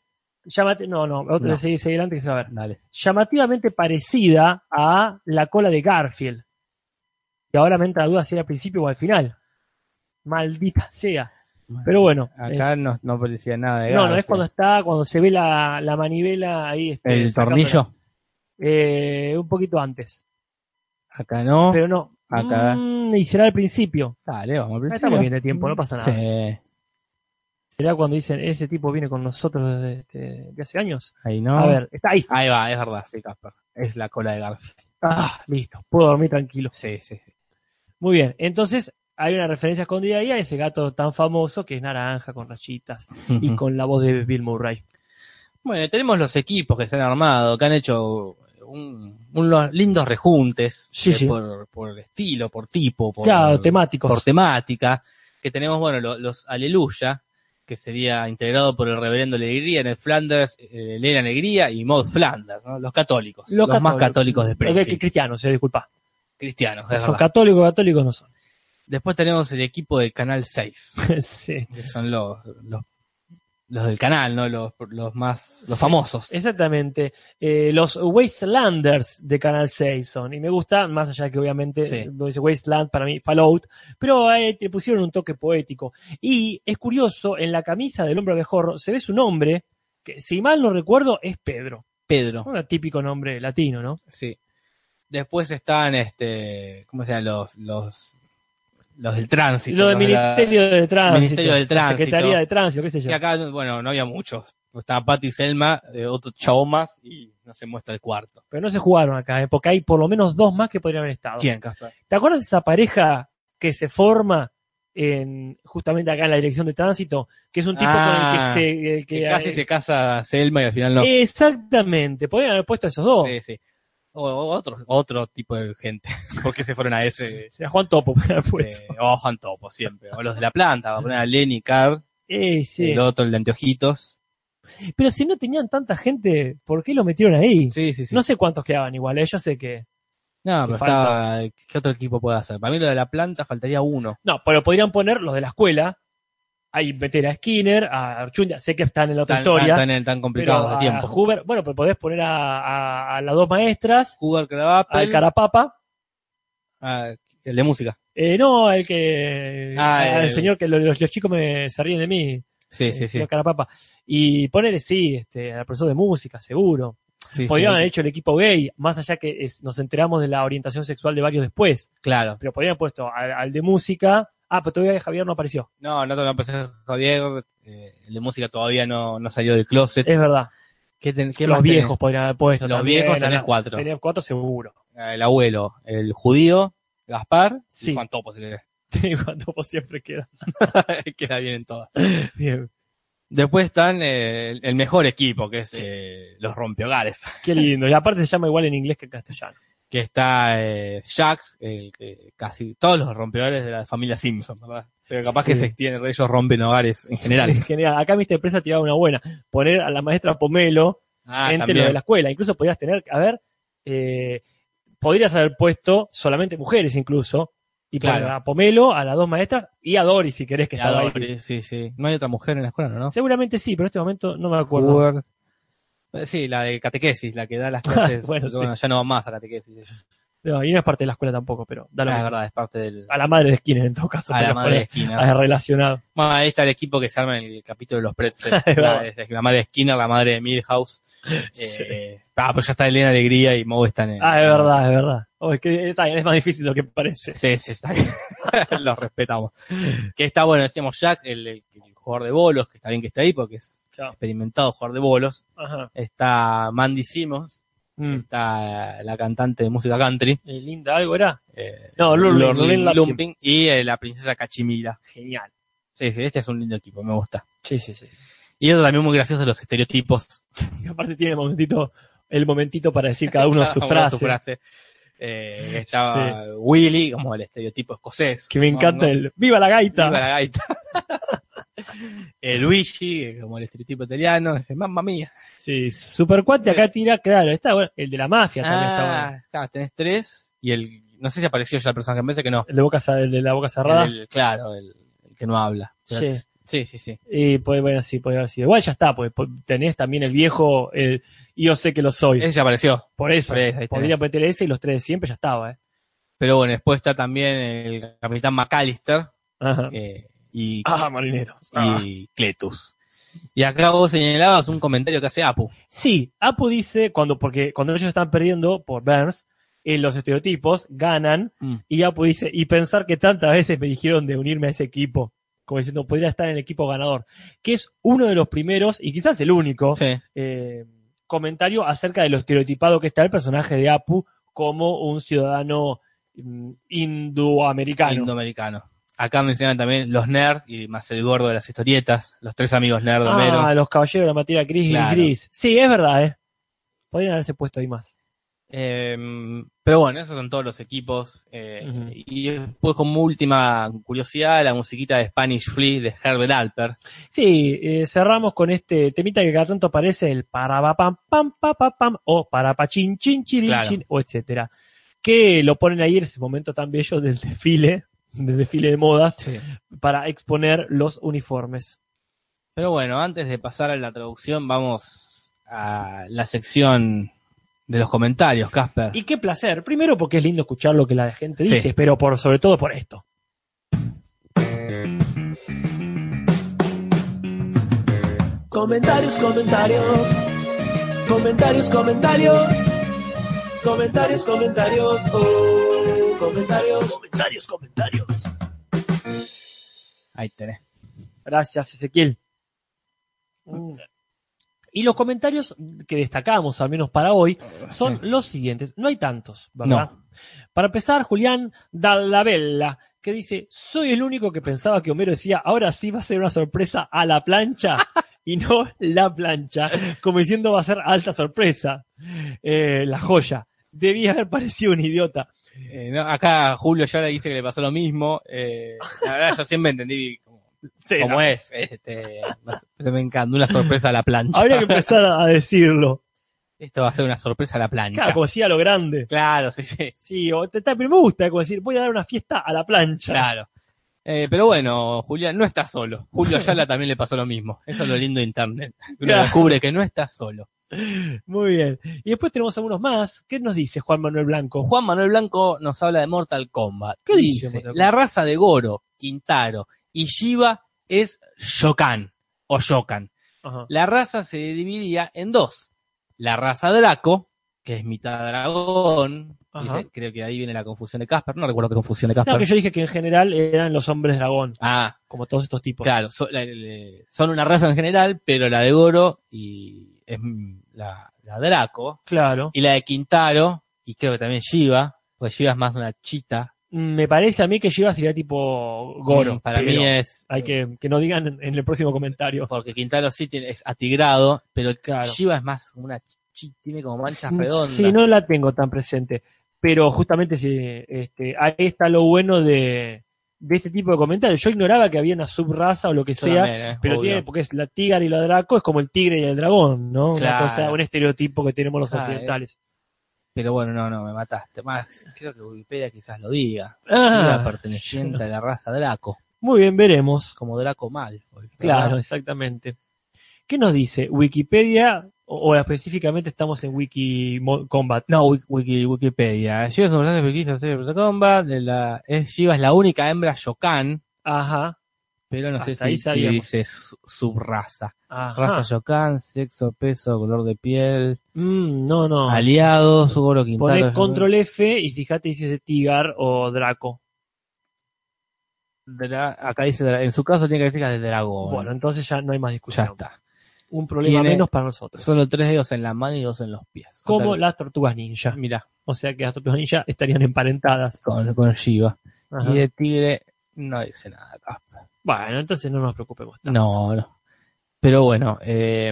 [SPEAKER 2] llamati- no, no, otro
[SPEAKER 3] No.
[SPEAKER 2] seguí- seguí adelante que se va a ver.
[SPEAKER 3] Dale.
[SPEAKER 2] llamativamente parecida a la cola de Garfield. Y ahora me entra la duda si era al principio o al final. Maldita sea. Pero bueno. eh,
[SPEAKER 3] Acá no, no parecía nada de
[SPEAKER 2] no, no, es
[SPEAKER 3] Garfield.
[SPEAKER 2] cuando está, cuando se ve la, la manivela ahí. este,
[SPEAKER 3] El
[SPEAKER 2] sacándola.
[SPEAKER 3] tornillo.
[SPEAKER 2] Eh, un poquito antes.
[SPEAKER 3] Acá no.
[SPEAKER 2] Pero no.
[SPEAKER 3] Acá.
[SPEAKER 2] Mm, y será al principio.
[SPEAKER 3] Dale, vamos al
[SPEAKER 2] Ahí
[SPEAKER 3] principio.
[SPEAKER 2] Estamos bien de tiempo, no pasa nada.
[SPEAKER 3] Sí.
[SPEAKER 2] Será cuando dicen, ese tipo viene con nosotros desde este, de hace años.
[SPEAKER 3] Ahí no.
[SPEAKER 2] A ver, está ahí.
[SPEAKER 3] Ahí va, es verdad, sí, Caspar. Es la cola de Garfield.
[SPEAKER 2] Ah, listo. Puedo dormir tranquilo.
[SPEAKER 3] Sí, sí, sí.
[SPEAKER 2] Muy bien, entonces hay una referencia escondida ahí a ese gato tan famoso que es naranja con rayitas y
[SPEAKER 3] Ujú.
[SPEAKER 2] con la voz de Bill Murray.
[SPEAKER 3] Bueno, tenemos los equipos que se han armado, que han hecho un- unos lindos rejuntes
[SPEAKER 2] Sí,
[SPEAKER 3] eh,
[SPEAKER 2] sí.
[SPEAKER 3] Por, por estilo, por tipo, por,
[SPEAKER 2] claro,
[SPEAKER 3] por
[SPEAKER 2] temáticos. Eh,
[SPEAKER 3] temática. Que tenemos, bueno, lo- los Aleluya, que sería integrado por el Reverendo Alegría, en el Flanders, eh, Elena Alegría y Maud Flanders, ¿no? los católicos, los, más católicos de
[SPEAKER 2] Los que-
[SPEAKER 3] Springfield,
[SPEAKER 2] que cristianos, se disculpa.
[SPEAKER 3] cristianos. es
[SPEAKER 2] Son
[SPEAKER 3] verdad.
[SPEAKER 2] católicos, católicos no son.
[SPEAKER 3] Después tenemos el equipo del Canal 6.
[SPEAKER 2] sí.
[SPEAKER 3] que son los, los, los del canal, ¿no? Los, los más, los
[SPEAKER 2] Sí.
[SPEAKER 3] famosos.
[SPEAKER 2] Exactamente. Eh, los Wastelanders de Canal 6 son. Y me gusta, más allá que obviamente
[SPEAKER 3] Sí.
[SPEAKER 2] lo dice Wasteland para mí, Fallout, pero eh, te pusieron un toque poético. Y es curioso, en la camisa del hombre abejorro se ve su nombre, que si mal no recuerdo es Pedro.
[SPEAKER 3] Pedro,
[SPEAKER 2] Un típico nombre latino, ¿no?
[SPEAKER 3] sí. Después están, este, ¿cómo se llaman? Los, los, los del tránsito.
[SPEAKER 2] lo del
[SPEAKER 3] los de la-
[SPEAKER 2] Ministerio de Tránsito.
[SPEAKER 3] Ministerio del
[SPEAKER 2] la
[SPEAKER 3] Tránsito.
[SPEAKER 2] Secretaría de Tránsito, qué sé yo.
[SPEAKER 3] Y acá, bueno, no había muchos. Estaba Patti Selma, eh, otro chavo más, y no se muestra el cuarto.
[SPEAKER 2] Pero no se jugaron acá, ¿eh? porque hay por lo menos dos más que podrían haber estado.
[SPEAKER 3] ¿Quién, Caspar?
[SPEAKER 2] ¿Te acuerdas de esa pareja que se forma en justamente acá en la dirección de tránsito? Que es un tipo
[SPEAKER 3] Ah,
[SPEAKER 2] con el que se. el que-
[SPEAKER 3] Que casi se casa Selma y al final no.
[SPEAKER 2] Eh, Exactamente, podrían haber puesto a esos dos.
[SPEAKER 3] Sí, sí. O, o otro, otro tipo de gente. Porque se fueron a ese.
[SPEAKER 2] O sea, Juan Topo podrían haber puesto.
[SPEAKER 3] eh, o Juan Topo siempre. O los de la planta, va a poner a Lenny Carr.
[SPEAKER 2] Eh, sí.
[SPEAKER 3] el otro, el de anteojitos.
[SPEAKER 2] Pero si no tenían tanta gente, ¿por qué lo metieron ahí?
[SPEAKER 3] Sí, sí, sí.
[SPEAKER 2] No sé cuántos quedaban igual, eh, yo sé que.
[SPEAKER 3] No,
[SPEAKER 2] que
[SPEAKER 3] pero
[SPEAKER 2] falta.
[SPEAKER 3] estaba- ¿qué otro equipo puede hacer? Para mí lo de la planta faltaría uno.
[SPEAKER 2] No, pero podrían poner los de la escuela. Ahí meter a Skinner, a Archundia, sé que están en la otra
[SPEAKER 3] Tan, tan,
[SPEAKER 2] historia.
[SPEAKER 3] tan, tan complicado
[SPEAKER 2] pero
[SPEAKER 3] ah, de
[SPEAKER 2] a
[SPEAKER 3] tiempo.
[SPEAKER 2] Hoover, bueno, pero podés poner a, a- a las dos maestras,
[SPEAKER 3] Cougar Crabapple,
[SPEAKER 2] al Carapapa,
[SPEAKER 3] ah, el de música.
[SPEAKER 2] eh, no, al que.
[SPEAKER 3] Ah,
[SPEAKER 2] al
[SPEAKER 3] el-
[SPEAKER 2] señor que lo- los, los chicos me, se ríen de mí.
[SPEAKER 3] Sí,
[SPEAKER 2] el
[SPEAKER 3] sí, sí.
[SPEAKER 2] señor Carapapa. Y ponerle, sí, este, al profesor de música, seguro.
[SPEAKER 3] Sí,
[SPEAKER 2] podrían
[SPEAKER 3] sí.
[SPEAKER 2] haber hecho el equipo gay, más allá que es- nos enteramos de la orientación sexual de varios después.
[SPEAKER 3] Claro.
[SPEAKER 2] Pero podrían haber puesto al, al de música. Ah, pero todavía Javier no apareció.
[SPEAKER 3] No, no te lo empecé Javier. eh, el de música todavía no, no salió del closet.
[SPEAKER 2] Es verdad.
[SPEAKER 3] ¿Qué ten- qué
[SPEAKER 2] los
[SPEAKER 3] más tenés?
[SPEAKER 2] viejos podrían haber puesto.
[SPEAKER 3] Los
[SPEAKER 2] también,
[SPEAKER 3] viejos
[SPEAKER 2] a la-
[SPEAKER 3] tenés cuatro.
[SPEAKER 2] Tenés cuatro seguro.
[SPEAKER 3] Ah, El abuelo, el judío, Gaspar
[SPEAKER 2] Sí.
[SPEAKER 3] y Juan Topo. si querés.
[SPEAKER 2] Cuando siempre queda.
[SPEAKER 3] Queda bien en todas.
[SPEAKER 2] Bien.
[SPEAKER 3] Después están eh, el- el mejor equipo, que es eh, los rompehogares.
[SPEAKER 2] Qué lindo. Y aparte se llama igual en inglés que en castellano.
[SPEAKER 3] que está eh, Jax, el que casi todos los rompedores de la familia Simpson, ¿verdad? Pero capaz
[SPEAKER 2] Sí.
[SPEAKER 3] que se extiende, ellos rompen hogares en general.
[SPEAKER 2] En general, acá Mr. Empresa tiraba una buena. Poner a la maestra Pomelo
[SPEAKER 3] Ah,
[SPEAKER 2] entre lo de la escuela. Incluso podías tener, a ver, eh, podrías haber puesto solamente mujeres incluso. Y
[SPEAKER 3] Claro.
[SPEAKER 2] poner a Pomelo, a las dos maestras y a Doris si querés que
[SPEAKER 3] La
[SPEAKER 2] estaba ahí.
[SPEAKER 3] doble, sí, sí. No hay otra mujer en la escuela, ¿no?
[SPEAKER 2] Seguramente sí, pero en este momento no me acuerdo.
[SPEAKER 3] Hoover. Eh, Sí, la de catequesis, la que da las clases.
[SPEAKER 2] Bueno,
[SPEAKER 3] bueno,
[SPEAKER 2] sí.
[SPEAKER 3] ya no va más a catequesis.
[SPEAKER 2] No, y no es parte de la escuela tampoco, pero da lo
[SPEAKER 3] Ah, es
[SPEAKER 2] mismo.
[SPEAKER 3] verdad, es parte del.
[SPEAKER 2] A la madre de Skinner en todo caso.
[SPEAKER 3] A
[SPEAKER 2] pero
[SPEAKER 3] la madre de
[SPEAKER 2] ponele-
[SPEAKER 3] Skinner.
[SPEAKER 2] a- relacionado.
[SPEAKER 3] Bueno, ahí está el equipo que se arma en el capítulo de los pretzels.
[SPEAKER 2] va.
[SPEAKER 3] la, es- la madre de Skinner, la madre de Milhouse.
[SPEAKER 2] Sí.
[SPEAKER 3] Eh, Ah, pero ya está Elena Alegría y Moe están en.
[SPEAKER 2] Ah, es verdad, es verdad. Oh, es que está bien, es más difícil de lo que parece.
[SPEAKER 3] Sí, sí, está bien. Los respetamos. Que está bueno, decíamos Jack, el, el- el jugador de bolos, que está bien que está ahí porque es
[SPEAKER 2] Claro.
[SPEAKER 3] experimentado jugador de bolos.
[SPEAKER 2] Ajá.
[SPEAKER 3] Está Mandy Simmons,
[SPEAKER 2] Mm.
[SPEAKER 3] está la cantante de música country.
[SPEAKER 2] Eh, linda algo era.
[SPEAKER 3] eh,
[SPEAKER 2] No, Lurleen, Lurleen Lapkin.
[SPEAKER 3] Lumping. Y eh, la princesa Cachimira.
[SPEAKER 2] Genial.
[SPEAKER 3] Sí, sí, este es un lindo equipo, me gusta.
[SPEAKER 2] Sí, sí, sí.
[SPEAKER 3] Y eso también muy gracioso los estereotipos.
[SPEAKER 2] Y aparte tiene el momentito, el momentito para decir cada uno su
[SPEAKER 3] Una de
[SPEAKER 2] frase.
[SPEAKER 3] frases. Eh, estaba Willy, como el estereotipo escocés.
[SPEAKER 2] Que me
[SPEAKER 3] No,
[SPEAKER 2] encanta
[SPEAKER 3] no,
[SPEAKER 2] el ¡Viva la gaita!
[SPEAKER 3] Viva la gaita. Eh, Luigi, eh, como el estereotipo italiano, dice, mamma mía.
[SPEAKER 2] Sí, Supercuate acá tira, claro, está bueno. El de la mafia también está
[SPEAKER 3] Ah,
[SPEAKER 2] bueno.
[SPEAKER 3] está, tenés tres, y el, no sé si apareció ya el personaje, me parece que no.
[SPEAKER 2] El de, boca, cer- el de la boca cerrada.
[SPEAKER 3] El- el- claro, el, el que no habla.
[SPEAKER 2] Sí.
[SPEAKER 3] sí, sí. sí.
[SPEAKER 2] Y puede, bueno, sí, puede haber sido. Igual ya está, pues po- tenés también el viejo, el yo sé que lo soy.
[SPEAKER 3] Ese ya apareció.
[SPEAKER 2] por eso.
[SPEAKER 3] por eso, ahí
[SPEAKER 2] Podría
[SPEAKER 3] tenés.
[SPEAKER 2] meter ese y los tres de siempre ya estaba, ¿eh?
[SPEAKER 3] Pero bueno, después está también el capitán McAllister
[SPEAKER 2] Ajá.
[SPEAKER 3] eh, y,
[SPEAKER 2] Ah, marineros. Ah.
[SPEAKER 3] y Cletus. Y acá vos señalabas un comentario que hace Apu.
[SPEAKER 2] Sí, Apu dice, cuando, porque cuando ellos están perdiendo por Burns, eh, los estereotipos ganan,
[SPEAKER 3] Mm.
[SPEAKER 2] y Apu dice, y pensar que tantas veces me dijeron de unirme a ese equipo, como diciendo, podría estar en el equipo ganador, que es uno de los primeros, y quizás el único,
[SPEAKER 3] Sí.
[SPEAKER 2] eh, comentario acerca de lo estereotipado que está el personaje de Apu como un ciudadano mm, indoamericano.
[SPEAKER 3] Indoamericano. Acá mencionan también los nerds y más el gordo de las historietas, los tres amigos nerds
[SPEAKER 2] ah,
[SPEAKER 3] Homero.
[SPEAKER 2] los caballeros de la materia gris, gris,
[SPEAKER 3] Claro.
[SPEAKER 2] gris. Sí, es verdad, ¿eh? Podrían haberse puesto ahí más.
[SPEAKER 3] Eh, pero bueno, esos son todos los equipos. eh,
[SPEAKER 2] Ujú.
[SPEAKER 3] Y después, como última curiosidad, la musiquita de Spanish Flea de Herbert Alper.
[SPEAKER 2] Sí, eh, cerramos con este temita que cada tanto aparece el para pam pam pa pa pam o para pa chin chin chirin,
[SPEAKER 3] Claro.
[SPEAKER 2] chin, o etcétera. Que lo ponen ahí en ese momento tan bello del desfile, del desfile de modas para exponer los uniformes.
[SPEAKER 3] Pero bueno, antes de pasar a la traducción, vamos a la sección de los comentarios, Casper.
[SPEAKER 2] Y qué placer, primero porque es lindo escuchar lo que la gente
[SPEAKER 3] Sí.
[SPEAKER 2] dice, pero por sobre todo por esto.
[SPEAKER 1] Comentarios, comentarios. Comentarios, comentarios. Comentarios, comentarios. Oh, comentarios, comentarios, comentarios.
[SPEAKER 3] Ahí tenés.
[SPEAKER 2] Gracias, Ezequiel.
[SPEAKER 3] Mm.
[SPEAKER 2] Y los comentarios que destacamos, al menos para hoy, son
[SPEAKER 3] Sí.
[SPEAKER 2] los siguientes. No hay tantos, ¿verdad? Para empezar, Julián Dallavella, que dice, soy el único que pensaba que Homero decía, ahora sí va a ser una sorpresa a la plancha y no la plancha, como diciendo va a ser alta sorpresa. Eh, la joya. Debía haber parecido un idiota.
[SPEAKER 3] Eh, no, acá Julio ya le dice que le pasó lo mismo. eh, la verdad, yo siempre entendí como,
[SPEAKER 2] Sí,
[SPEAKER 3] como es. Este, no sé, pero me encanta, una sorpresa a la plancha.
[SPEAKER 2] Habría que empezar a decirlo.
[SPEAKER 3] Esto va a ser una sorpresa a la plancha.
[SPEAKER 2] Claro, como decía lo grande.
[SPEAKER 3] Claro, sí, sí.
[SPEAKER 2] Sí, o te, está- pero me gusta, como decir, voy a dar una fiesta a la plancha.
[SPEAKER 3] Claro. Eh, pero bueno, Julián, no está solo. Julio Ayala también le pasó lo mismo. Eso es lo lindo de Internet. Uno
[SPEAKER 2] Claro.
[SPEAKER 3] descubre que no está solo.
[SPEAKER 2] Muy bien. Y después tenemos algunos más. ¿Qué nos dice Juan Manuel Blanco?
[SPEAKER 3] Juan Manuel Blanco nos habla de Mortal Kombat.
[SPEAKER 2] ¿Qué dice
[SPEAKER 3] Dice,
[SPEAKER 2] Mortal Kombat?
[SPEAKER 3] La raza de Goro, Quintaro y Shiva es Shokan o Shokan.
[SPEAKER 2] Ajá.
[SPEAKER 3] La raza se dividía en dos. La raza Draco, que es mitad dragón.
[SPEAKER 2] Ajá.
[SPEAKER 3] Dice, creo que ahí viene la confusión de Casper. No recuerdo qué confusión de Casper.
[SPEAKER 2] No, que yo dije que en general eran los hombres dragón,
[SPEAKER 3] Ah,
[SPEAKER 2] como todos estos tipos.
[SPEAKER 3] Claro, so- la- la- son una raza en general, pero la de Goro y es mm, la, la Draco
[SPEAKER 2] Claro.
[SPEAKER 3] y la de Quintaro y creo que también Shiva, porque Shiva es más una chita.
[SPEAKER 2] Mm, Me parece a mí que Shiva sería tipo Goro.
[SPEAKER 3] Mm, para
[SPEAKER 2] pero
[SPEAKER 3] mí es
[SPEAKER 2] Hay que, que nos digan en, en el próximo comentario.
[SPEAKER 3] porque Quintaro sí tiene, es atigrado, pero
[SPEAKER 2] Claro.
[SPEAKER 3] Shiva es más una chita, tiene como manchas redondas.
[SPEAKER 2] Sí, no la tengo tan presente. Pero justamente sí, este, ahí está lo bueno de, de este tipo de comentarios. Yo ignoraba que había una subraza o lo que
[SPEAKER 3] Yo
[SPEAKER 2] sea.
[SPEAKER 3] también, eh,
[SPEAKER 2] Pero
[SPEAKER 3] obvio.
[SPEAKER 2] tiene, porque es la tigra y la draco, es como el tigre y el dragón, ¿no?
[SPEAKER 3] Claro.
[SPEAKER 2] Una cosa, un estereotipo que tenemos los
[SPEAKER 3] Ah, eh.
[SPEAKER 2] occidentales.
[SPEAKER 3] Pero bueno, no, no, me mataste. Más, creo que Wikipedia quizás lo diga. Shiva
[SPEAKER 2] Ah,
[SPEAKER 3] perteneciente a la raza Draco,
[SPEAKER 2] muy bien, veremos.
[SPEAKER 3] como Draco mal. ¿verdad?
[SPEAKER 2] Claro, exactamente. ¿Qué nos dice? ¿Wikipedia o, o específicamente estamos en Wiki Mo- Combat?
[SPEAKER 3] No, Wik- Wiki- Wikipedia. Shiva es un personaje ficticio de la serie Mortal Kombat. de la- es- Shiva es la única hembra Shokan,
[SPEAKER 2] Ajá,
[SPEAKER 3] pero no sé
[SPEAKER 2] Hasta
[SPEAKER 3] si,
[SPEAKER 2] ahí
[SPEAKER 3] si
[SPEAKER 2] sabíamos.
[SPEAKER 3] dice su- subraza.
[SPEAKER 2] ajá.
[SPEAKER 3] Raza Shokan, sexo, peso, color de piel,
[SPEAKER 2] Mm, no, no.
[SPEAKER 3] aliados, Goro Quintaro.
[SPEAKER 2] Poné
[SPEAKER 3] Shokan.
[SPEAKER 2] control F y fíjate si es de Tigar o Draco.
[SPEAKER 3] Dra- acá dice, dra- en su caso tiene características de dragón.
[SPEAKER 2] Bueno, entonces ya no hay más
[SPEAKER 3] ya
[SPEAKER 2] discusión.
[SPEAKER 3] está.
[SPEAKER 2] Un problema
[SPEAKER 3] Tiene-
[SPEAKER 2] menos para nosotros.
[SPEAKER 3] Solo tres dedos en la mano y dos en los pies.
[SPEAKER 2] Como
[SPEAKER 3] Total-
[SPEAKER 2] las tortugas ninja.
[SPEAKER 3] Mirá,
[SPEAKER 2] O sea que las tortugas ninja estarían emparentadas.
[SPEAKER 3] con, con Shiva.
[SPEAKER 2] Ajá.
[SPEAKER 3] Y de tigre, no dice nada acá.
[SPEAKER 2] Bueno, entonces no nos preocupemos. tanto.
[SPEAKER 3] No, no. Pero bueno, eh,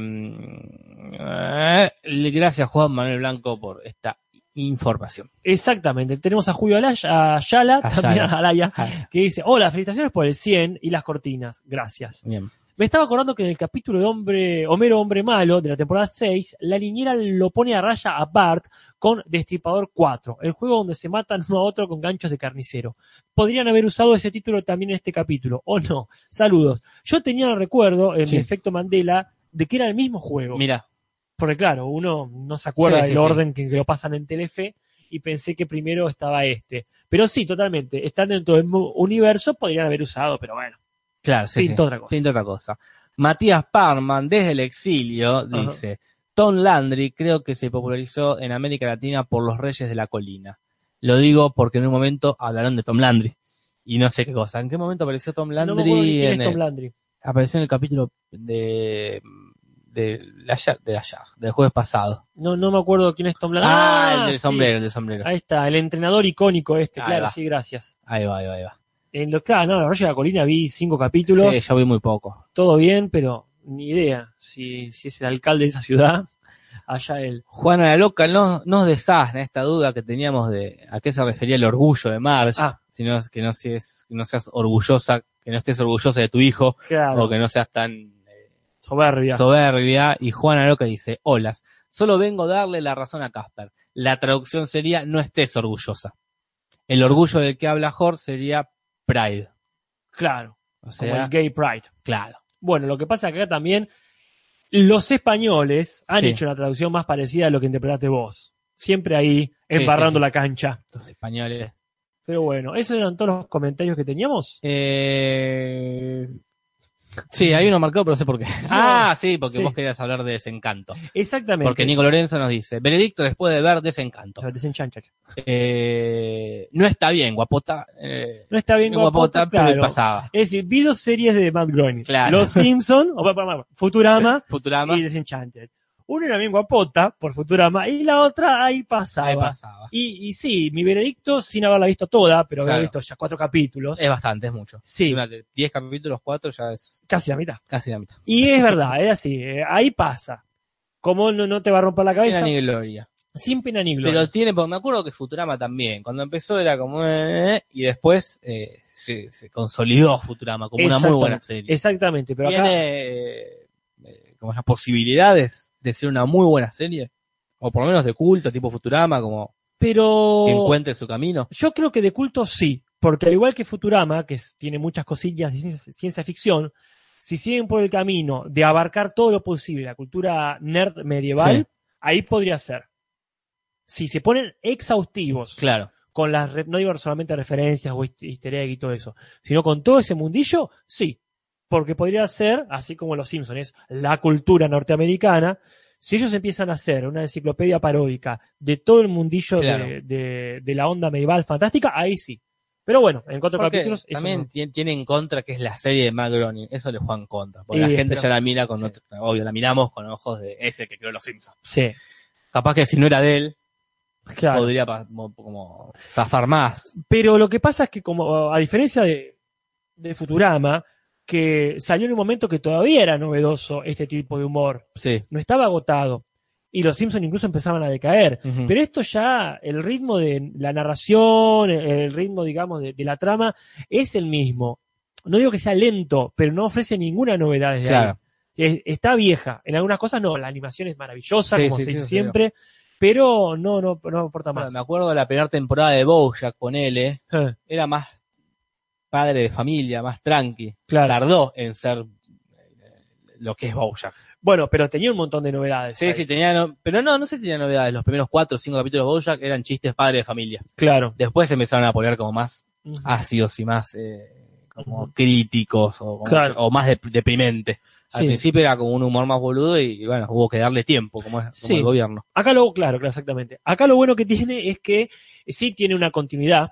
[SPEAKER 3] eh, gracias Juan Manuel Blanco por esta información.
[SPEAKER 2] Exactamente. Tenemos a Julio Alaya, a Yala,
[SPEAKER 3] A
[SPEAKER 2] también
[SPEAKER 3] Yala.
[SPEAKER 2] a Alaya, que dice, hola, felicitaciones por el 100 y las cortinas. Gracias.
[SPEAKER 3] Bien.
[SPEAKER 2] Me estaba acordando que en el capítulo de Hombre, Homero Hombre Malo de la temporada 6, la niñera lo pone a raya a Bart con Destripador 4, el juego donde se matan uno a otro con ganchos de carnicero. Podrían haber usado ese título también en este capítulo, o no. Saludos. Yo tenía el recuerdo, en
[SPEAKER 3] Sí.
[SPEAKER 2] mi efecto Mandela, de que era el mismo juego.
[SPEAKER 3] Mira,
[SPEAKER 2] Porque claro, uno no se acuerda
[SPEAKER 3] Sí, sí,
[SPEAKER 2] del
[SPEAKER 3] sí.
[SPEAKER 2] orden que, que lo pasan en Telefe y pensé que primero estaba este. Pero sí, totalmente. Están dentro del mu- universo, podrían haber usado, pero bueno.
[SPEAKER 3] claro, sí,
[SPEAKER 2] Pinta
[SPEAKER 3] sí.
[SPEAKER 2] otra cosa.
[SPEAKER 3] Pinta otra cosa. Matías Parman, desde el exilio, dice, Tom Landry creo que se popularizó en América Latina por los Reyes de la Colina. Lo digo porque en un momento hablaron de Tom Landry. Y no sé qué cosa. ¿En qué momento apareció Tom Landry?
[SPEAKER 2] no me acuerdo ni quién
[SPEAKER 3] en
[SPEAKER 2] es Tom
[SPEAKER 3] el-
[SPEAKER 2] Landry.
[SPEAKER 3] apareció en el capítulo de de la de ayer, del jueves pasado.
[SPEAKER 2] No, no me acuerdo quién es Tom Landry.
[SPEAKER 3] Ah, el del
[SPEAKER 2] sí.
[SPEAKER 3] sombrero, el del sombrero.
[SPEAKER 2] Ahí está, el entrenador icónico este,
[SPEAKER 3] Ahí
[SPEAKER 2] claro,
[SPEAKER 3] va.
[SPEAKER 2] sí, gracias.
[SPEAKER 3] Ahí va, ahí va, ahí va.
[SPEAKER 2] En lo, claro, no, la Roya de la Colina vi cinco capítulos,
[SPEAKER 3] Sí, yo vi muy poco.
[SPEAKER 2] todo bien, pero ni idea si, si es el alcalde de esa ciudad, allá él.
[SPEAKER 3] Juana la Loca no, nos desasna esta duda que teníamos de a qué se refería el orgullo de Marge.
[SPEAKER 2] Ah.
[SPEAKER 3] Si no, que no, seas, que no seas orgullosa, que no estés orgullosa de tu hijo
[SPEAKER 2] Claro,
[SPEAKER 3] o que no seas tan eh,
[SPEAKER 2] soberbia.
[SPEAKER 3] soberbia. Y Juana la Loca dice, olas, solo vengo a darle la razón a Casper. La traducción sería no estés orgullosa. El orgullo del que habla Jorge sería pride.
[SPEAKER 2] claro,
[SPEAKER 3] O
[SPEAKER 2] como
[SPEAKER 3] sea,
[SPEAKER 2] el Gay Pride.
[SPEAKER 3] claro.
[SPEAKER 2] Bueno, lo que pasa es que acá también los españoles han
[SPEAKER 3] Sí.
[SPEAKER 2] hecho una traducción más parecida a lo que interpretaste vos. Siempre ahí,
[SPEAKER 3] sí,
[SPEAKER 2] embarrando
[SPEAKER 3] sí.
[SPEAKER 2] la cancha.
[SPEAKER 3] Los españoles.
[SPEAKER 2] Pero bueno, esos eran todos los comentarios que teníamos.
[SPEAKER 3] Eh... Sí, hay uno marcado, pero no sé por qué. Ah, sí, porque
[SPEAKER 2] Sí.
[SPEAKER 3] vos querías hablar de desencanto.
[SPEAKER 2] Exactamente.
[SPEAKER 3] Porque Nico Lorenzo nos dice, veredicto después de ver desencanto.
[SPEAKER 2] O sea, desenchancha.
[SPEAKER 3] Eh, no está bien, guapota. Eh,
[SPEAKER 2] No está bien
[SPEAKER 3] guapota,
[SPEAKER 2] guapota,
[SPEAKER 3] pero
[SPEAKER 2] claro.
[SPEAKER 3] pasaba.
[SPEAKER 2] Es decir, vi dos series de Matt Groening.
[SPEAKER 3] Claro.
[SPEAKER 2] Los Simpson, o, pa- pa- pa- Futurama
[SPEAKER 3] Futurama,
[SPEAKER 2] y Desenchanted. Una era bien guapota por Futurama y la otra ahí pasaba.
[SPEAKER 3] ahí pasaba.
[SPEAKER 2] Y, y sí, mi veredicto, sin haberla visto toda, pero haber
[SPEAKER 3] Claro.
[SPEAKER 2] visto ya cuatro capítulos.
[SPEAKER 3] Es bastante, es mucho.
[SPEAKER 2] sí,
[SPEAKER 3] Una de 10 capítulos, 4 ya es
[SPEAKER 2] casi la mitad.
[SPEAKER 3] casi la mitad.
[SPEAKER 2] Y es verdad, es así, eh, ahí pasa. Como no, no te va a romper la
[SPEAKER 3] Era
[SPEAKER 2] cabeza,
[SPEAKER 3] ni gloria.
[SPEAKER 2] sin pena ni gloria.
[SPEAKER 3] Pero tiene, porque me acuerdo que Futurama también, cuando empezó era como... eh, y después eh, se, se consolidó Futurama como una muy buena
[SPEAKER 2] Exactamente,
[SPEAKER 3] serie.
[SPEAKER 2] Exactamente, Eh, pero acá
[SPEAKER 3] tiene eh, como las posibilidades de ser una muy buena serie, o por lo menos de culto, tipo Futurama, como
[SPEAKER 2] pero
[SPEAKER 3] que encuentre su camino.
[SPEAKER 2] yo creo que de culto sí, porque al igual que Futurama, que es- tiene muchas cosillas de ciencia, ciencia ficción, si siguen por el camino de abarcar todo lo posible la cultura nerd medieval,
[SPEAKER 3] Sí.
[SPEAKER 2] ahí podría ser. Si se ponen exhaustivos
[SPEAKER 3] Claro,
[SPEAKER 2] con las, re- no digo solamente referencias o hist- easter egg y todo eso, sino con todo ese mundillo, sí. Porque podría ser, así como los Simpsons, es la cultura norteamericana. Si ellos empiezan a hacer una enciclopedia paródica de todo el mundillo
[SPEAKER 3] Claro.
[SPEAKER 2] de, de- de la onda medieval fantástica, ahí sí. Pero bueno, en cuatro
[SPEAKER 3] porque
[SPEAKER 2] capítulos. eso
[SPEAKER 3] también
[SPEAKER 2] no.
[SPEAKER 3] tien- tiene en contra que es la serie de Matt Groening, eso le juegan contra, porque la
[SPEAKER 2] Sí,
[SPEAKER 3] gente
[SPEAKER 2] pero-
[SPEAKER 3] ya la mira con
[SPEAKER 2] sí.
[SPEAKER 3] otro, obvio, la miramos con ojos de ese que creó los Simpsons.
[SPEAKER 2] Sí,
[SPEAKER 3] Capaz que si no era de él,
[SPEAKER 2] claro.
[SPEAKER 3] podría pa- mo- como zafar más.
[SPEAKER 2] Pero lo que pasa es que, como a diferencia de, de Futurama, que salió en un momento que todavía era novedoso este tipo de humor.
[SPEAKER 3] Sí.
[SPEAKER 2] no estaba agotado. Y los Simpsons incluso empezaban a decaer.
[SPEAKER 3] Ujú.
[SPEAKER 2] Pero esto ya, el ritmo de la narración, el- el ritmo, digamos, de, de la trama, es el mismo. No digo que sea lento, pero no ofrece ninguna novedad desde ahí.
[SPEAKER 3] claro,
[SPEAKER 2] Es- Está vieja. En algunas cosas no, la animación es maravillosa,
[SPEAKER 3] Sí,
[SPEAKER 2] como
[SPEAKER 3] sí,
[SPEAKER 2] se
[SPEAKER 3] sí,
[SPEAKER 2] dice
[SPEAKER 3] sí,
[SPEAKER 2] siempre, pero no, no, no aporta
[SPEAKER 3] Bueno,
[SPEAKER 2] más.
[SPEAKER 3] me acuerdo de la primera temporada de Bojack con él,
[SPEAKER 2] Eh,
[SPEAKER 3] era más padre de familia, más tranqui.
[SPEAKER 2] claro.
[SPEAKER 3] tardó en ser eh, lo que es Bojack.
[SPEAKER 2] Bueno, pero tenía un montón de novedades.
[SPEAKER 3] Sí,
[SPEAKER 2] ahí.
[SPEAKER 3] sí, tenía, no- pero no, no sé si tenía novedades. Los primeros cuatro o cinco capítulos de Bojack eran chistes padres de familia.
[SPEAKER 2] Claro.
[SPEAKER 3] Después empezaron a poner como más
[SPEAKER 2] Ujú.
[SPEAKER 3] ácidos y más eh, como
[SPEAKER 2] Ujú.
[SPEAKER 3] críticos o, como-
[SPEAKER 2] Claro.
[SPEAKER 3] o más dep- deprimente. Al
[SPEAKER 2] Sí.
[SPEAKER 3] principio era como un humor más boludo y, bueno, hubo que darle tiempo, como es como
[SPEAKER 2] Sí.
[SPEAKER 3] el gobierno.
[SPEAKER 2] Acá lo, claro, claro, exactamente. Acá lo bueno que tiene es que sí tiene una continuidad.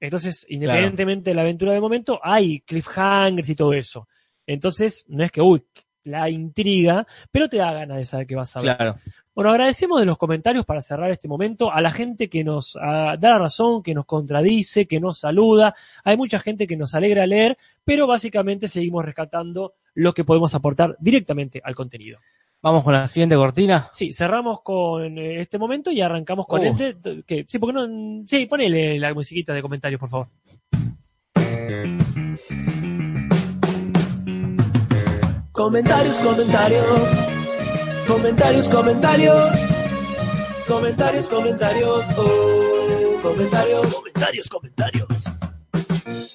[SPEAKER 2] Entonces, independientemente de la aventura del momento, hay cliffhangers y todo eso. Entonces, no es que, uy, la intriga, pero te da ganas de saber qué vas a ver.
[SPEAKER 3] Claro.
[SPEAKER 2] Bueno, agradecemos de los comentarios para cerrar este momento a la gente que nos ah, da la razón, que nos contradice, que nos saluda. Hay mucha gente que nos alegra leer, pero básicamente seguimos rescatando lo que podemos aportar directamente al contenido.
[SPEAKER 3] Vamos con la siguiente cortina.
[SPEAKER 2] Sí, cerramos con eh, este momento y arrancamos con
[SPEAKER 3] Uh.
[SPEAKER 2] este. t- Que, sí, porque no. Sí, ponele la musiquita de comentarios, por favor.
[SPEAKER 1] Comentarios, comentarios. Comentarios, comentarios. Comentarios, comentarios. Oh, comentarios. Comentarios, comentarios.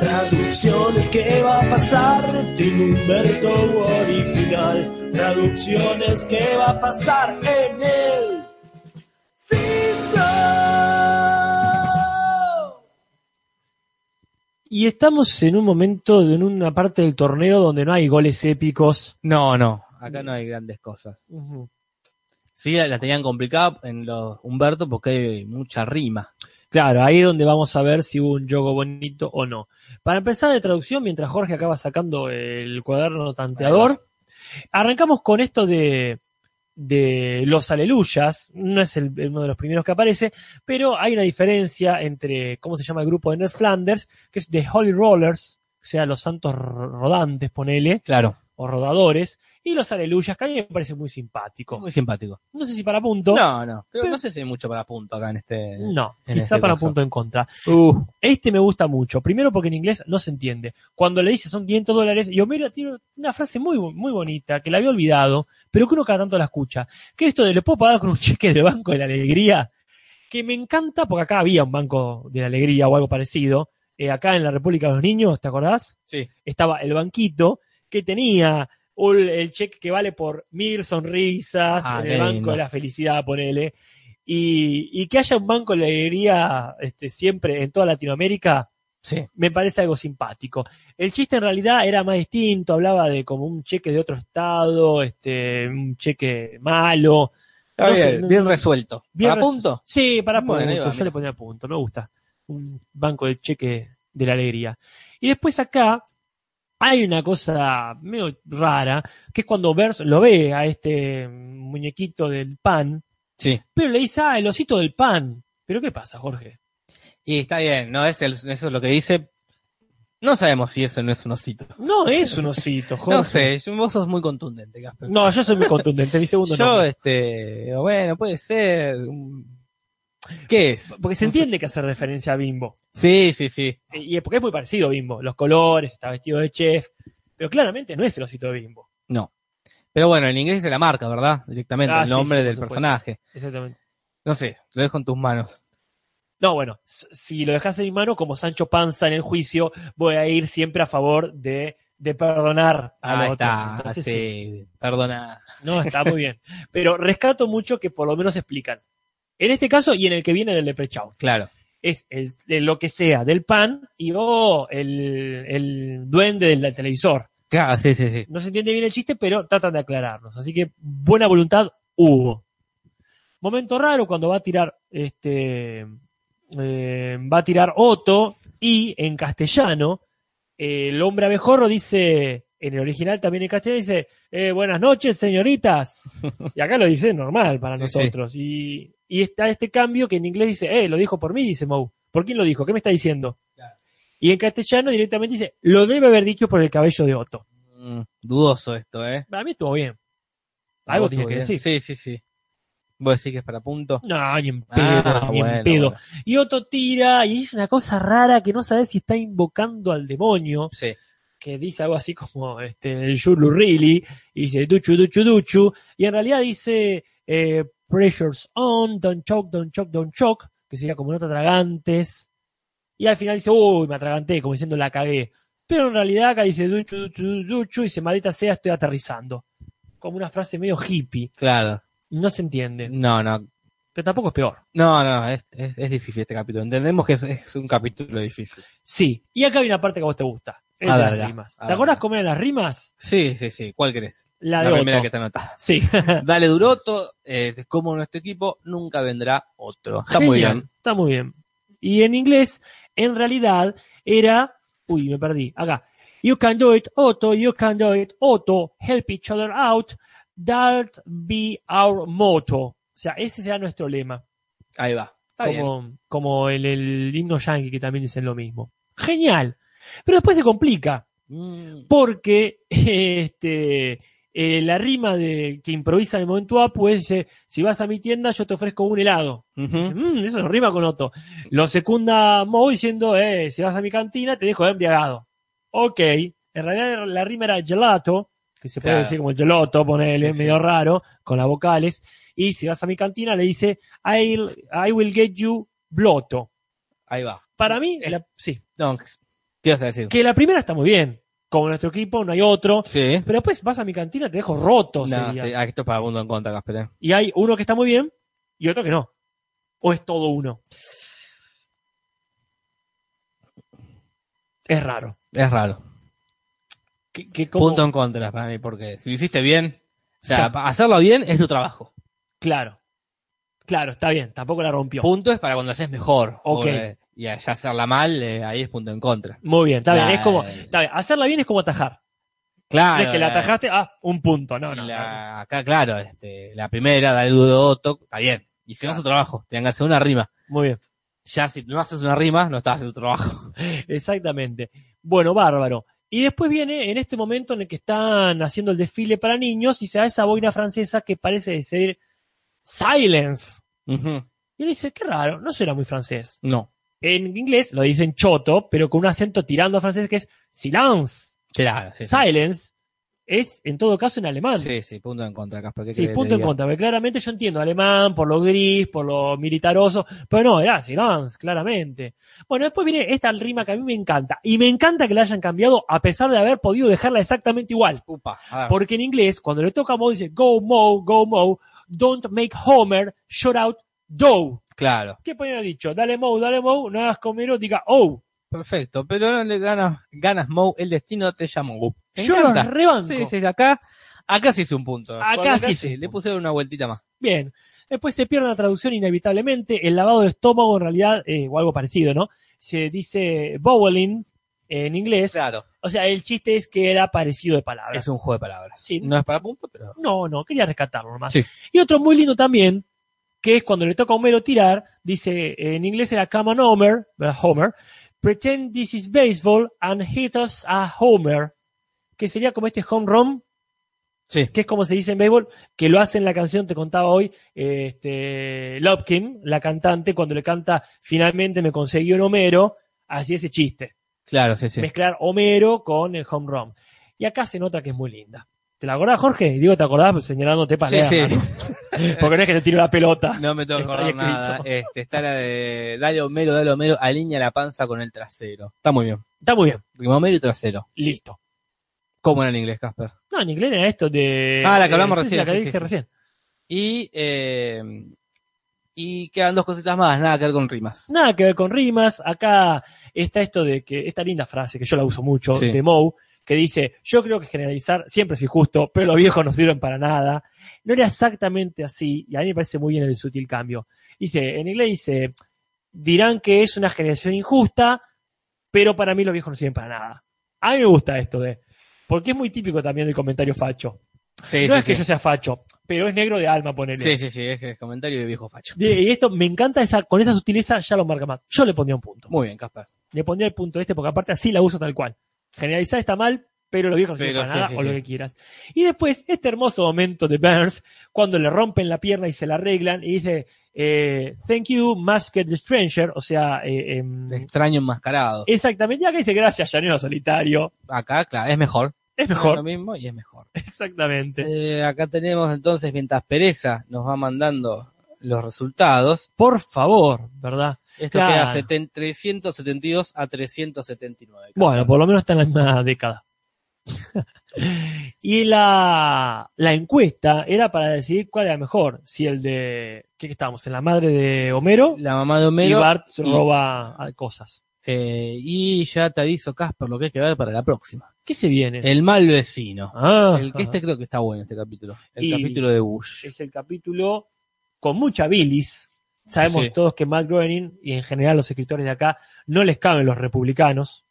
[SPEAKER 1] Traducciones que va a pasar de Tim Humberto original. Traducciones que va a pasar en el Simpson.
[SPEAKER 2] Y estamos en un momento, en una parte del torneo donde no hay goles épicos.
[SPEAKER 3] No, no, acá no hay grandes cosas.
[SPEAKER 2] Ujú.
[SPEAKER 3] Sí, la tenían complicada en los Humberto porque hay mucha rima.
[SPEAKER 2] Claro, ahí es donde vamos a ver si hubo un juego bonito o no. Para empezar de traducción, mientras Jorge acaba sacando el cuaderno tanteador, arrancamos con esto de, de los aleluyas. No es el- uno de los primeros que aparece, pero hay una diferencia entre, ¿cómo se llama el grupo de Ned Flanders? Que es The Holy Rollers, o sea, los santos ro- rodantes, ponele,
[SPEAKER 3] Claro,
[SPEAKER 2] o rodadores, y los aleluyas, que a mí me parece muy simpático.
[SPEAKER 3] muy simpático.
[SPEAKER 2] No sé si para punto.
[SPEAKER 3] No, no, pero no sé si hay mucho para punto acá en este.
[SPEAKER 2] No,
[SPEAKER 3] En
[SPEAKER 2] quizá
[SPEAKER 3] este
[SPEAKER 2] para
[SPEAKER 3] caso.
[SPEAKER 2] punto en contra.
[SPEAKER 3] Uh,
[SPEAKER 2] Este me gusta mucho. Primero porque en inglés no se entiende. Cuando le dice son 500 dólares, y Homero tiene una frase muy, muy bonita que la había olvidado, pero que uno cada tanto la escucha. Que esto de le puedo pagar con un cheque del Banco de la Alegría, que me encanta porque acá había un Banco de la Alegría o algo parecido. Eh, acá en la República de los Niños, ¿te acordás?
[SPEAKER 3] sí,
[SPEAKER 2] Estaba el banquito que tenía un- el cheque que vale por mil sonrisas
[SPEAKER 3] Ah,
[SPEAKER 2] en
[SPEAKER 3] qué
[SPEAKER 2] el Banco
[SPEAKER 3] lindo.
[SPEAKER 2] de la Felicidad, ponele. Y, y que haya un banco de la alegría este, siempre en toda Latinoamérica,
[SPEAKER 3] sí.
[SPEAKER 2] me parece algo simpático. El chiste en realidad era más distinto, hablaba de como un cheque de otro estado, este, un cheque malo.
[SPEAKER 3] Está
[SPEAKER 2] No
[SPEAKER 3] bien,
[SPEAKER 2] sé, no-
[SPEAKER 3] bien resuelto.
[SPEAKER 2] Bien
[SPEAKER 3] ¿Para
[SPEAKER 2] res-
[SPEAKER 3] punto?
[SPEAKER 2] Sí, para
[SPEAKER 3] Bueno, ahí
[SPEAKER 2] punto,
[SPEAKER 3] va,
[SPEAKER 2] yo
[SPEAKER 3] mira.
[SPEAKER 2] le ponía punto, me gusta. Un banco de cheque de la alegría. Y después acá hay una cosa medio rara, que es cuando Bers lo ve a este muñequito del pan,
[SPEAKER 3] Sí.
[SPEAKER 2] pero le dice, ah, el osito del pan. ¿Pero qué pasa, Jorge?
[SPEAKER 3] Y está bien, no es el- eso es lo que dice. No sabemos si eso no es un osito.
[SPEAKER 2] No es un osito, Jorge.
[SPEAKER 3] No sé, yo- vos sos muy contundente, Gasper.
[SPEAKER 2] No, yo soy muy contundente, mi segundo
[SPEAKER 3] yo,
[SPEAKER 2] nombre.
[SPEAKER 3] este, digo, bueno, puede ser. un- ¿Qué es?
[SPEAKER 2] Porque se entiende que hace referencia a Bimbo.
[SPEAKER 3] Sí, sí, sí.
[SPEAKER 2] Eh, Y es porque es muy parecido a Bimbo. Los colores, está vestido de chef. Pero claramente no es el osito de Bimbo.
[SPEAKER 3] No. Pero bueno, en inglés se la marca, ¿verdad? Directamente,
[SPEAKER 2] Ah,
[SPEAKER 3] el
[SPEAKER 2] sí,
[SPEAKER 3] nombre
[SPEAKER 2] sí, por
[SPEAKER 3] del
[SPEAKER 2] supuesto.
[SPEAKER 3] personaje.
[SPEAKER 2] Exactamente.
[SPEAKER 3] No sé, lo dejo en tus manos.
[SPEAKER 2] No, bueno, s- si lo dejas en mi mano, como Sancho Panza en el juicio, voy a ir siempre a favor de, de perdonar a
[SPEAKER 3] Ahí
[SPEAKER 2] los otros.
[SPEAKER 3] está,
[SPEAKER 2] Ah, Entonces,
[SPEAKER 3] sí,
[SPEAKER 2] sí.
[SPEAKER 3] perdona.
[SPEAKER 2] No, está muy bien. Pero rescato mucho que por lo menos explican. En este caso y en el que viene del Leprechaun.
[SPEAKER 3] Claro,
[SPEAKER 2] Es el, el lo que sea del pan y oh, el, el duende del, del televisor.
[SPEAKER 3] claro, sí, sí, sí.
[SPEAKER 2] No se entiende bien el chiste, pero tratan de aclararnos. Así que buena voluntad hubo. Momento raro cuando va a tirar este. eh, va a tirar Otto y en castellano eh, el hombre abejorro dice, en el original también en castellano dice, eh, buenas noches señoritas. Y acá lo dice normal para
[SPEAKER 3] Sí,
[SPEAKER 2] nosotros. Y, y está este cambio que en inglés dice, eh, lo dijo por mí, dice Mou. ¿Por quién lo dijo? ¿Qué me está diciendo?
[SPEAKER 3] Claro.
[SPEAKER 2] Y en castellano directamente dice, lo debe haber dicho por el cabello de Otto.
[SPEAKER 3] Mm, dudoso esto, ¿eh?
[SPEAKER 2] Para mí estuvo bien. Algo
[SPEAKER 3] Estuvo
[SPEAKER 2] tiene que
[SPEAKER 3] bien.
[SPEAKER 2] decir.
[SPEAKER 3] Sí, sí, sí. ¿Vos decís que es para punto?
[SPEAKER 2] No, ni en pedo,
[SPEAKER 3] Ah,
[SPEAKER 2] ni
[SPEAKER 3] bueno,
[SPEAKER 2] en pedo.
[SPEAKER 3] bueno.
[SPEAKER 2] Y Otto tira y es una cosa rara que no sabes si está invocando al demonio,
[SPEAKER 3] Sí.
[SPEAKER 2] que dice algo así como este, el Yulu Really, y dice duchu, duchu, duchu, y en realidad dice eh, pressures on, don't choke, don't choke, don't choke, que sería como no te atragantes. Y al final dice, uy, me atraganté, como diciendo la cagué. Pero en realidad acá dice duchu, duchu, duchu, y dice, maldita sea, estoy aterrizando. Como una frase medio hippie.
[SPEAKER 3] Claro.
[SPEAKER 2] No se entiende.
[SPEAKER 3] No, no.
[SPEAKER 2] Pero tampoco es peor.
[SPEAKER 3] No, no, es, es, es difícil este capítulo. Entendemos que es, es un capítulo difícil.
[SPEAKER 2] Sí. Y acá hay una parte que a vos te gusta. Es
[SPEAKER 3] A
[SPEAKER 2] de
[SPEAKER 3] ver,
[SPEAKER 2] las
[SPEAKER 3] ya.
[SPEAKER 2] rimas.
[SPEAKER 3] A
[SPEAKER 2] ¿Te
[SPEAKER 3] ver,
[SPEAKER 2] acuerdas
[SPEAKER 3] ya.
[SPEAKER 2] cómo eran las rimas?
[SPEAKER 3] Sí, sí, sí. ¿Cuál querés?
[SPEAKER 2] La
[SPEAKER 3] La,
[SPEAKER 2] de
[SPEAKER 3] primera
[SPEAKER 2] Otto.
[SPEAKER 3] que está anotada.
[SPEAKER 2] Sí.
[SPEAKER 3] Dale Duroto, eh, como nuestro equipo, nunca vendrá otro. Está muy
[SPEAKER 2] Genial,
[SPEAKER 3] bien.
[SPEAKER 2] Está muy bien. Y en inglés, en realidad, era. Uy, me perdí. Acá. You can do it, Otto. You can do it, Otto. Help each other out. That be our motto. O sea, ese será nuestro lema.
[SPEAKER 3] Ahí va. Está bien.
[SPEAKER 2] como como el, el himno yankee, que también dicen lo mismo. Genial. Pero después se complica.
[SPEAKER 3] Mm.
[SPEAKER 2] Porque este, eh, la rima de, que improvisa en el momento A, pues dice: Si vas a mi tienda, yo te ofrezco un helado.
[SPEAKER 3] Ujú.
[SPEAKER 2] Mm, eso no rima con Otto. Lo secunda Moe diciendo, eh, si vas a mi cantina te dejo embriagado. Ok. En realidad la rima era gelato, que se puede
[SPEAKER 3] Claro.
[SPEAKER 2] decir como geloto, ponele,
[SPEAKER 3] Sí, sí.
[SPEAKER 2] medio raro, con las vocales. Y si vas a mi cantina le dice, I'll, I will get you bloto.
[SPEAKER 3] Ahí va.
[SPEAKER 2] Para mí,
[SPEAKER 3] Eh.
[SPEAKER 2] la- sí.
[SPEAKER 3] Donks. ¿Qué vas a decir?
[SPEAKER 2] Que la primera está muy bien. Como nuestro equipo, no hay otro.
[SPEAKER 3] Sí.
[SPEAKER 2] Pero después vas a mi cantina, te dejo roto.
[SPEAKER 3] No,
[SPEAKER 2] sería.
[SPEAKER 3] sí. Ah, esto es para mundo en contra, Casper. eh.
[SPEAKER 2] Y hay uno que está muy bien y otro que no. O es todo uno. Es raro.
[SPEAKER 3] Es raro.
[SPEAKER 2] Que, que como-
[SPEAKER 3] Punto en contra para mí, porque si lo hiciste bien, o sea,
[SPEAKER 2] Ya.
[SPEAKER 3] pa- hacerlo bien es tu trabajo.
[SPEAKER 2] Claro. Claro, está bien. Tampoco la rompió.
[SPEAKER 3] Punto es para cuando haces mejor.
[SPEAKER 2] Ok.
[SPEAKER 3] Porque- y allá hacerla mal, eh, ahí es punto en contra.
[SPEAKER 2] Muy bien, está bien.
[SPEAKER 3] La-
[SPEAKER 2] Es como, está bien. Hacerla bien es como atajar. No
[SPEAKER 3] Claro.
[SPEAKER 2] es que la
[SPEAKER 3] eh,
[SPEAKER 2] atajaste, ah, un punto. No,
[SPEAKER 3] y
[SPEAKER 2] no. no.
[SPEAKER 3] la- acá, claro, este, la primera, dale duro otro, está bien. Hicieron su trabajo, tengan que hacer una rima.
[SPEAKER 2] Muy bien.
[SPEAKER 3] Ya si no haces una rima, no estás haciendo tu trabajo.
[SPEAKER 2] Exactamente. Bueno, bárbaro. Y después viene en este momento en el que están haciendo el desfile para niños y se da esa boina francesa que parece decir silence.
[SPEAKER 3] Ujú.
[SPEAKER 2] Y uno dice, qué raro, no será muy francés.
[SPEAKER 3] No.
[SPEAKER 2] En inglés lo dicen choto, pero con un acento tirando a francés que es silence.
[SPEAKER 3] Claro, sí. sí.
[SPEAKER 2] Silence es, en todo caso, en alemán. Sí,
[SPEAKER 3] Sí, sí, punto en contra, Casper. ¿qué querés que te
[SPEAKER 2] punto en
[SPEAKER 3] diga?
[SPEAKER 2] contra. Porque claramente yo entiendo alemán por lo gris, por lo militaroso, pero no, era silence, claramente. Bueno, después viene esta rima que a mí me encanta. Y me encanta que la hayan cambiado a pesar de haber podido dejarla exactamente igual.
[SPEAKER 3] Upa, a ver.
[SPEAKER 2] Porque en inglés, cuando le toca a Moe, dice go Moe, go Moe, don't make Homer, shut out, doe.
[SPEAKER 3] Claro.
[SPEAKER 2] ¿Qué podrían dicho? Dale Moe, dale Moe, no hagas comer, diga, oh,
[SPEAKER 3] Perfecto, pero no le ganas, ganas Mou, el destino te llama Mou. Me
[SPEAKER 2] yo los
[SPEAKER 3] encanta.
[SPEAKER 2] rebanco.
[SPEAKER 3] Sí, sí, acá, acá sí hice un punto.
[SPEAKER 2] Acá
[SPEAKER 3] Por
[SPEAKER 2] sí hice un
[SPEAKER 3] le
[SPEAKER 2] punto.
[SPEAKER 3] pusieron una vueltita más.
[SPEAKER 2] Bien. Después se pierde la traducción inevitablemente. El lavado de estómago, en realidad, eh, o algo parecido, ¿no? Se dice bowling en inglés.
[SPEAKER 3] Claro,
[SPEAKER 2] O sea, el chiste es que era parecido de palabras.
[SPEAKER 3] es un juego de palabras.
[SPEAKER 2] Sí.
[SPEAKER 3] No es para punto, pero.
[SPEAKER 2] No, no, quería rescatarlo nomás.
[SPEAKER 3] Sí.
[SPEAKER 2] Y otro muy lindo también, que es cuando le toca a Homero tirar, dice, en inglés era come on Homer, eh, Homer, pretend this is baseball and hit us a Homer, que sería como este home run,
[SPEAKER 3] Sí.
[SPEAKER 2] que es como se dice en béisbol, que lo hace en la canción, te contaba hoy, eh, este, Lopkin, la cantante, cuando le canta, finalmente me consiguió un Homero, así ese chiste,
[SPEAKER 3] Claro, sí, sí.
[SPEAKER 2] mezclar Homero con el home run. Y acá se nota que es muy linda. ¿Te la acordás, Jorge? Digo, ¿te acordás Pues, señalándote para
[SPEAKER 3] Sí, sí.
[SPEAKER 2] Porque no es que te tiro la pelota.
[SPEAKER 3] No me tengo que
[SPEAKER 2] Está
[SPEAKER 3] acordar
[SPEAKER 2] escrito.
[SPEAKER 3] nada. Este, está la de Dale Homero, dale Homero, alinea la panza con el trasero. Está muy bien.
[SPEAKER 2] Está muy bien,
[SPEAKER 3] Rima Homero y trasero.
[SPEAKER 2] listo.
[SPEAKER 3] ¿Cómo era en inglés, Casper?
[SPEAKER 2] No, en inglés era esto de.
[SPEAKER 3] Ah, la que hablamos
[SPEAKER 2] eh, sí,
[SPEAKER 3] recién,
[SPEAKER 2] La que
[SPEAKER 3] sí,
[SPEAKER 2] dije
[SPEAKER 3] sí, sí.
[SPEAKER 2] recién.
[SPEAKER 3] Y, eh, y quedan dos cositas más, nada que ver con rimas.
[SPEAKER 2] Nada que ver con rimas. Acá está esto de que. Esta linda frase que yo la uso mucho
[SPEAKER 3] Sí.
[SPEAKER 2] de Moe, que dice: Yo creo que generalizar siempre es injusto, pero los viejos no sirven para nada. No era exactamente así, y a mí me parece muy bien el sutil cambio. Dice: En inglés dice: Dirán que es una generación injusta, pero para mí los viejos no sirven para nada. A mí me gusta esto de. Porque es muy típico también del comentario facho.
[SPEAKER 3] Sí,
[SPEAKER 2] no
[SPEAKER 3] sí,
[SPEAKER 2] es que
[SPEAKER 3] sí.
[SPEAKER 2] yo sea facho, pero es negro de alma, ponele.
[SPEAKER 3] Sí, sí, sí, es que es comentario de viejo facho.
[SPEAKER 2] De- Y esto me encanta esa, con esa sutileza ya lo marca más. Yo le pondría un punto.
[SPEAKER 3] Muy bien, Casper.
[SPEAKER 2] Le pondría el punto este porque aparte así la uso tal cual. Generalizar está mal, pero lo viejo no sirve
[SPEAKER 3] Pero
[SPEAKER 2] para
[SPEAKER 3] sí,
[SPEAKER 2] nada
[SPEAKER 3] sí,
[SPEAKER 2] o lo
[SPEAKER 3] sí.
[SPEAKER 2] que quieras. Y después, este hermoso momento de Burns, cuando le rompen la pierna y se la arreglan y dice, eh, thank you, masked stranger, o sea, eh, em,
[SPEAKER 3] Extraño enmascarado.
[SPEAKER 2] exactamente, ya que dice gracias, llanero solitario.
[SPEAKER 3] Acá, claro, es mejor.
[SPEAKER 2] Es
[SPEAKER 3] Es lo
[SPEAKER 2] mejor,
[SPEAKER 3] mismo y es mejor.
[SPEAKER 2] exactamente.
[SPEAKER 3] Eh, acá tenemos entonces, mientras Pereza nos va mandando los resultados,
[SPEAKER 2] Por favor, ¿verdad?
[SPEAKER 3] esto
[SPEAKER 2] Claro.
[SPEAKER 3] queda seten- 372 a 379.
[SPEAKER 2] Bueno, por lo menos está en la misma década. y la, la encuesta era para decidir cuál era mejor. Si el de. ¿Qué que estábamos? ¿En la madre de Homero?
[SPEAKER 3] la mamá de
[SPEAKER 2] y
[SPEAKER 3] Homero
[SPEAKER 2] Bart
[SPEAKER 3] y-
[SPEAKER 2] roba ah, cosas.
[SPEAKER 3] Eh, y ya te aviso, Casper, lo que hay que ver para la próxima.
[SPEAKER 2] ¿Qué se viene?
[SPEAKER 3] El mal vecino.
[SPEAKER 2] Ah,
[SPEAKER 3] El que
[SPEAKER 2] ajá.
[SPEAKER 3] este creo que está bueno, este capítulo. El
[SPEAKER 2] Y-
[SPEAKER 3] capítulo de Bush.
[SPEAKER 2] es el capítulo con mucha bilis. Sabemos
[SPEAKER 3] Sí.
[SPEAKER 2] todos que Matt Groening y en general los escritores de acá no les caben los republicanos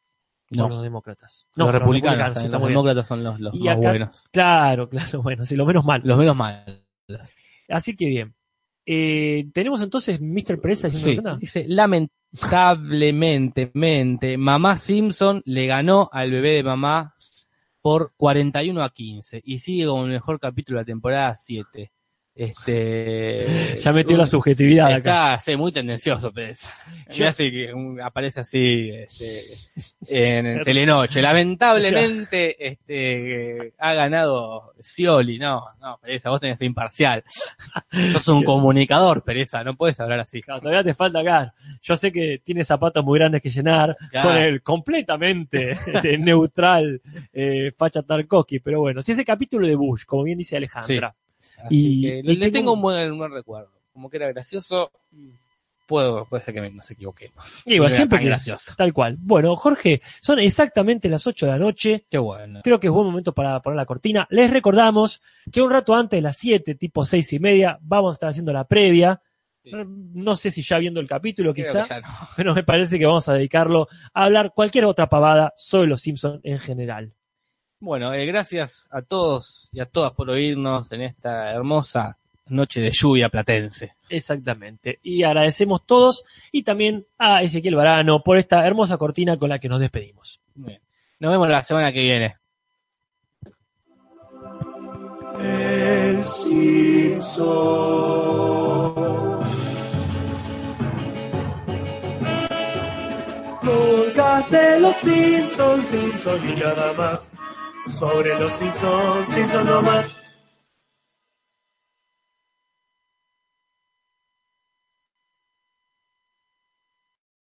[SPEAKER 3] No,
[SPEAKER 2] o los demócratas. No,
[SPEAKER 3] los republicanos.
[SPEAKER 2] sí,
[SPEAKER 3] también,
[SPEAKER 2] está muy
[SPEAKER 3] los
[SPEAKER 2] bien.
[SPEAKER 3] demócratas son los, los
[SPEAKER 2] Y
[SPEAKER 3] más
[SPEAKER 2] acá-
[SPEAKER 3] buenos.
[SPEAKER 2] Claro, claro, bueno, sí, lo menos mal.
[SPEAKER 3] Los menos malos.
[SPEAKER 2] Así que bien. Eh, tenemos entonces Mr. Pereza
[SPEAKER 3] Sí,
[SPEAKER 2] diciendo que
[SPEAKER 3] dice, lamentablemente, mente, mamá Simpson le ganó al bebé de mamá por 41 a 15 y sigue como el mejor capítulo de la temporada 7. Este,
[SPEAKER 2] ya metió la
[SPEAKER 3] un-
[SPEAKER 2] subjetividad acá.
[SPEAKER 3] Está sí, muy tendencioso, Pérez.
[SPEAKER 2] Yo-
[SPEAKER 3] Me hace que un- aparece así este, en Telenoche. Lamentablemente este, eh, ha ganado Scioli. No, no, Pereza, vos tenés que ser imparcial. Sos un comunicador, Pereza, no puedes hablar así.
[SPEAKER 2] Claro, todavía te falta acá. Yo sé que tiene zapatos muy grandes que llenar
[SPEAKER 3] Claro.
[SPEAKER 2] con el completamente este, neutral eh, Facha Tarkovsky, pero bueno, si ese capítulo de Bush, como bien dice Alejandra.
[SPEAKER 3] Así
[SPEAKER 2] Y-
[SPEAKER 3] que le,
[SPEAKER 2] y
[SPEAKER 3] le
[SPEAKER 2] tengo
[SPEAKER 3] tengo,
[SPEAKER 2] un-
[SPEAKER 3] un, buen, un buen recuerdo. Como que era gracioso, puedo, puede ser que me- nos equivoquemos.
[SPEAKER 2] Digo,
[SPEAKER 3] No era
[SPEAKER 2] siempre
[SPEAKER 3] tan
[SPEAKER 2] que-
[SPEAKER 3] gracioso.
[SPEAKER 2] Tal cual. Bueno, Jorge, son exactamente las 8 de la noche.
[SPEAKER 3] Qué bueno.
[SPEAKER 2] Creo que es buen momento para poner la cortina. Les recordamos que un rato antes de las 7, tipo 6 y media, vamos a estar haciendo la previa.
[SPEAKER 3] Sí.
[SPEAKER 2] No sé si ya viendo el capítulo,
[SPEAKER 3] Creo
[SPEAKER 2] quizá,
[SPEAKER 3] que ya no.
[SPEAKER 2] pero me parece que vamos a dedicarlo a hablar cualquier otra pavada sobre los Simpsons en general.
[SPEAKER 3] Bueno, eh, gracias a todos y a todas por oírnos en esta hermosa noche de lluvia platense.
[SPEAKER 2] Exactamente. Y agradecemos todos y también a Ezequiel Barano por esta hermosa cortina con la que nos despedimos.
[SPEAKER 3] Muy bien. Nos vemos la semana que viene.
[SPEAKER 1] El Simpson. Podcast de los Simpsons, Simpson y nada más. Sobre los Simpsons, Simpson no más.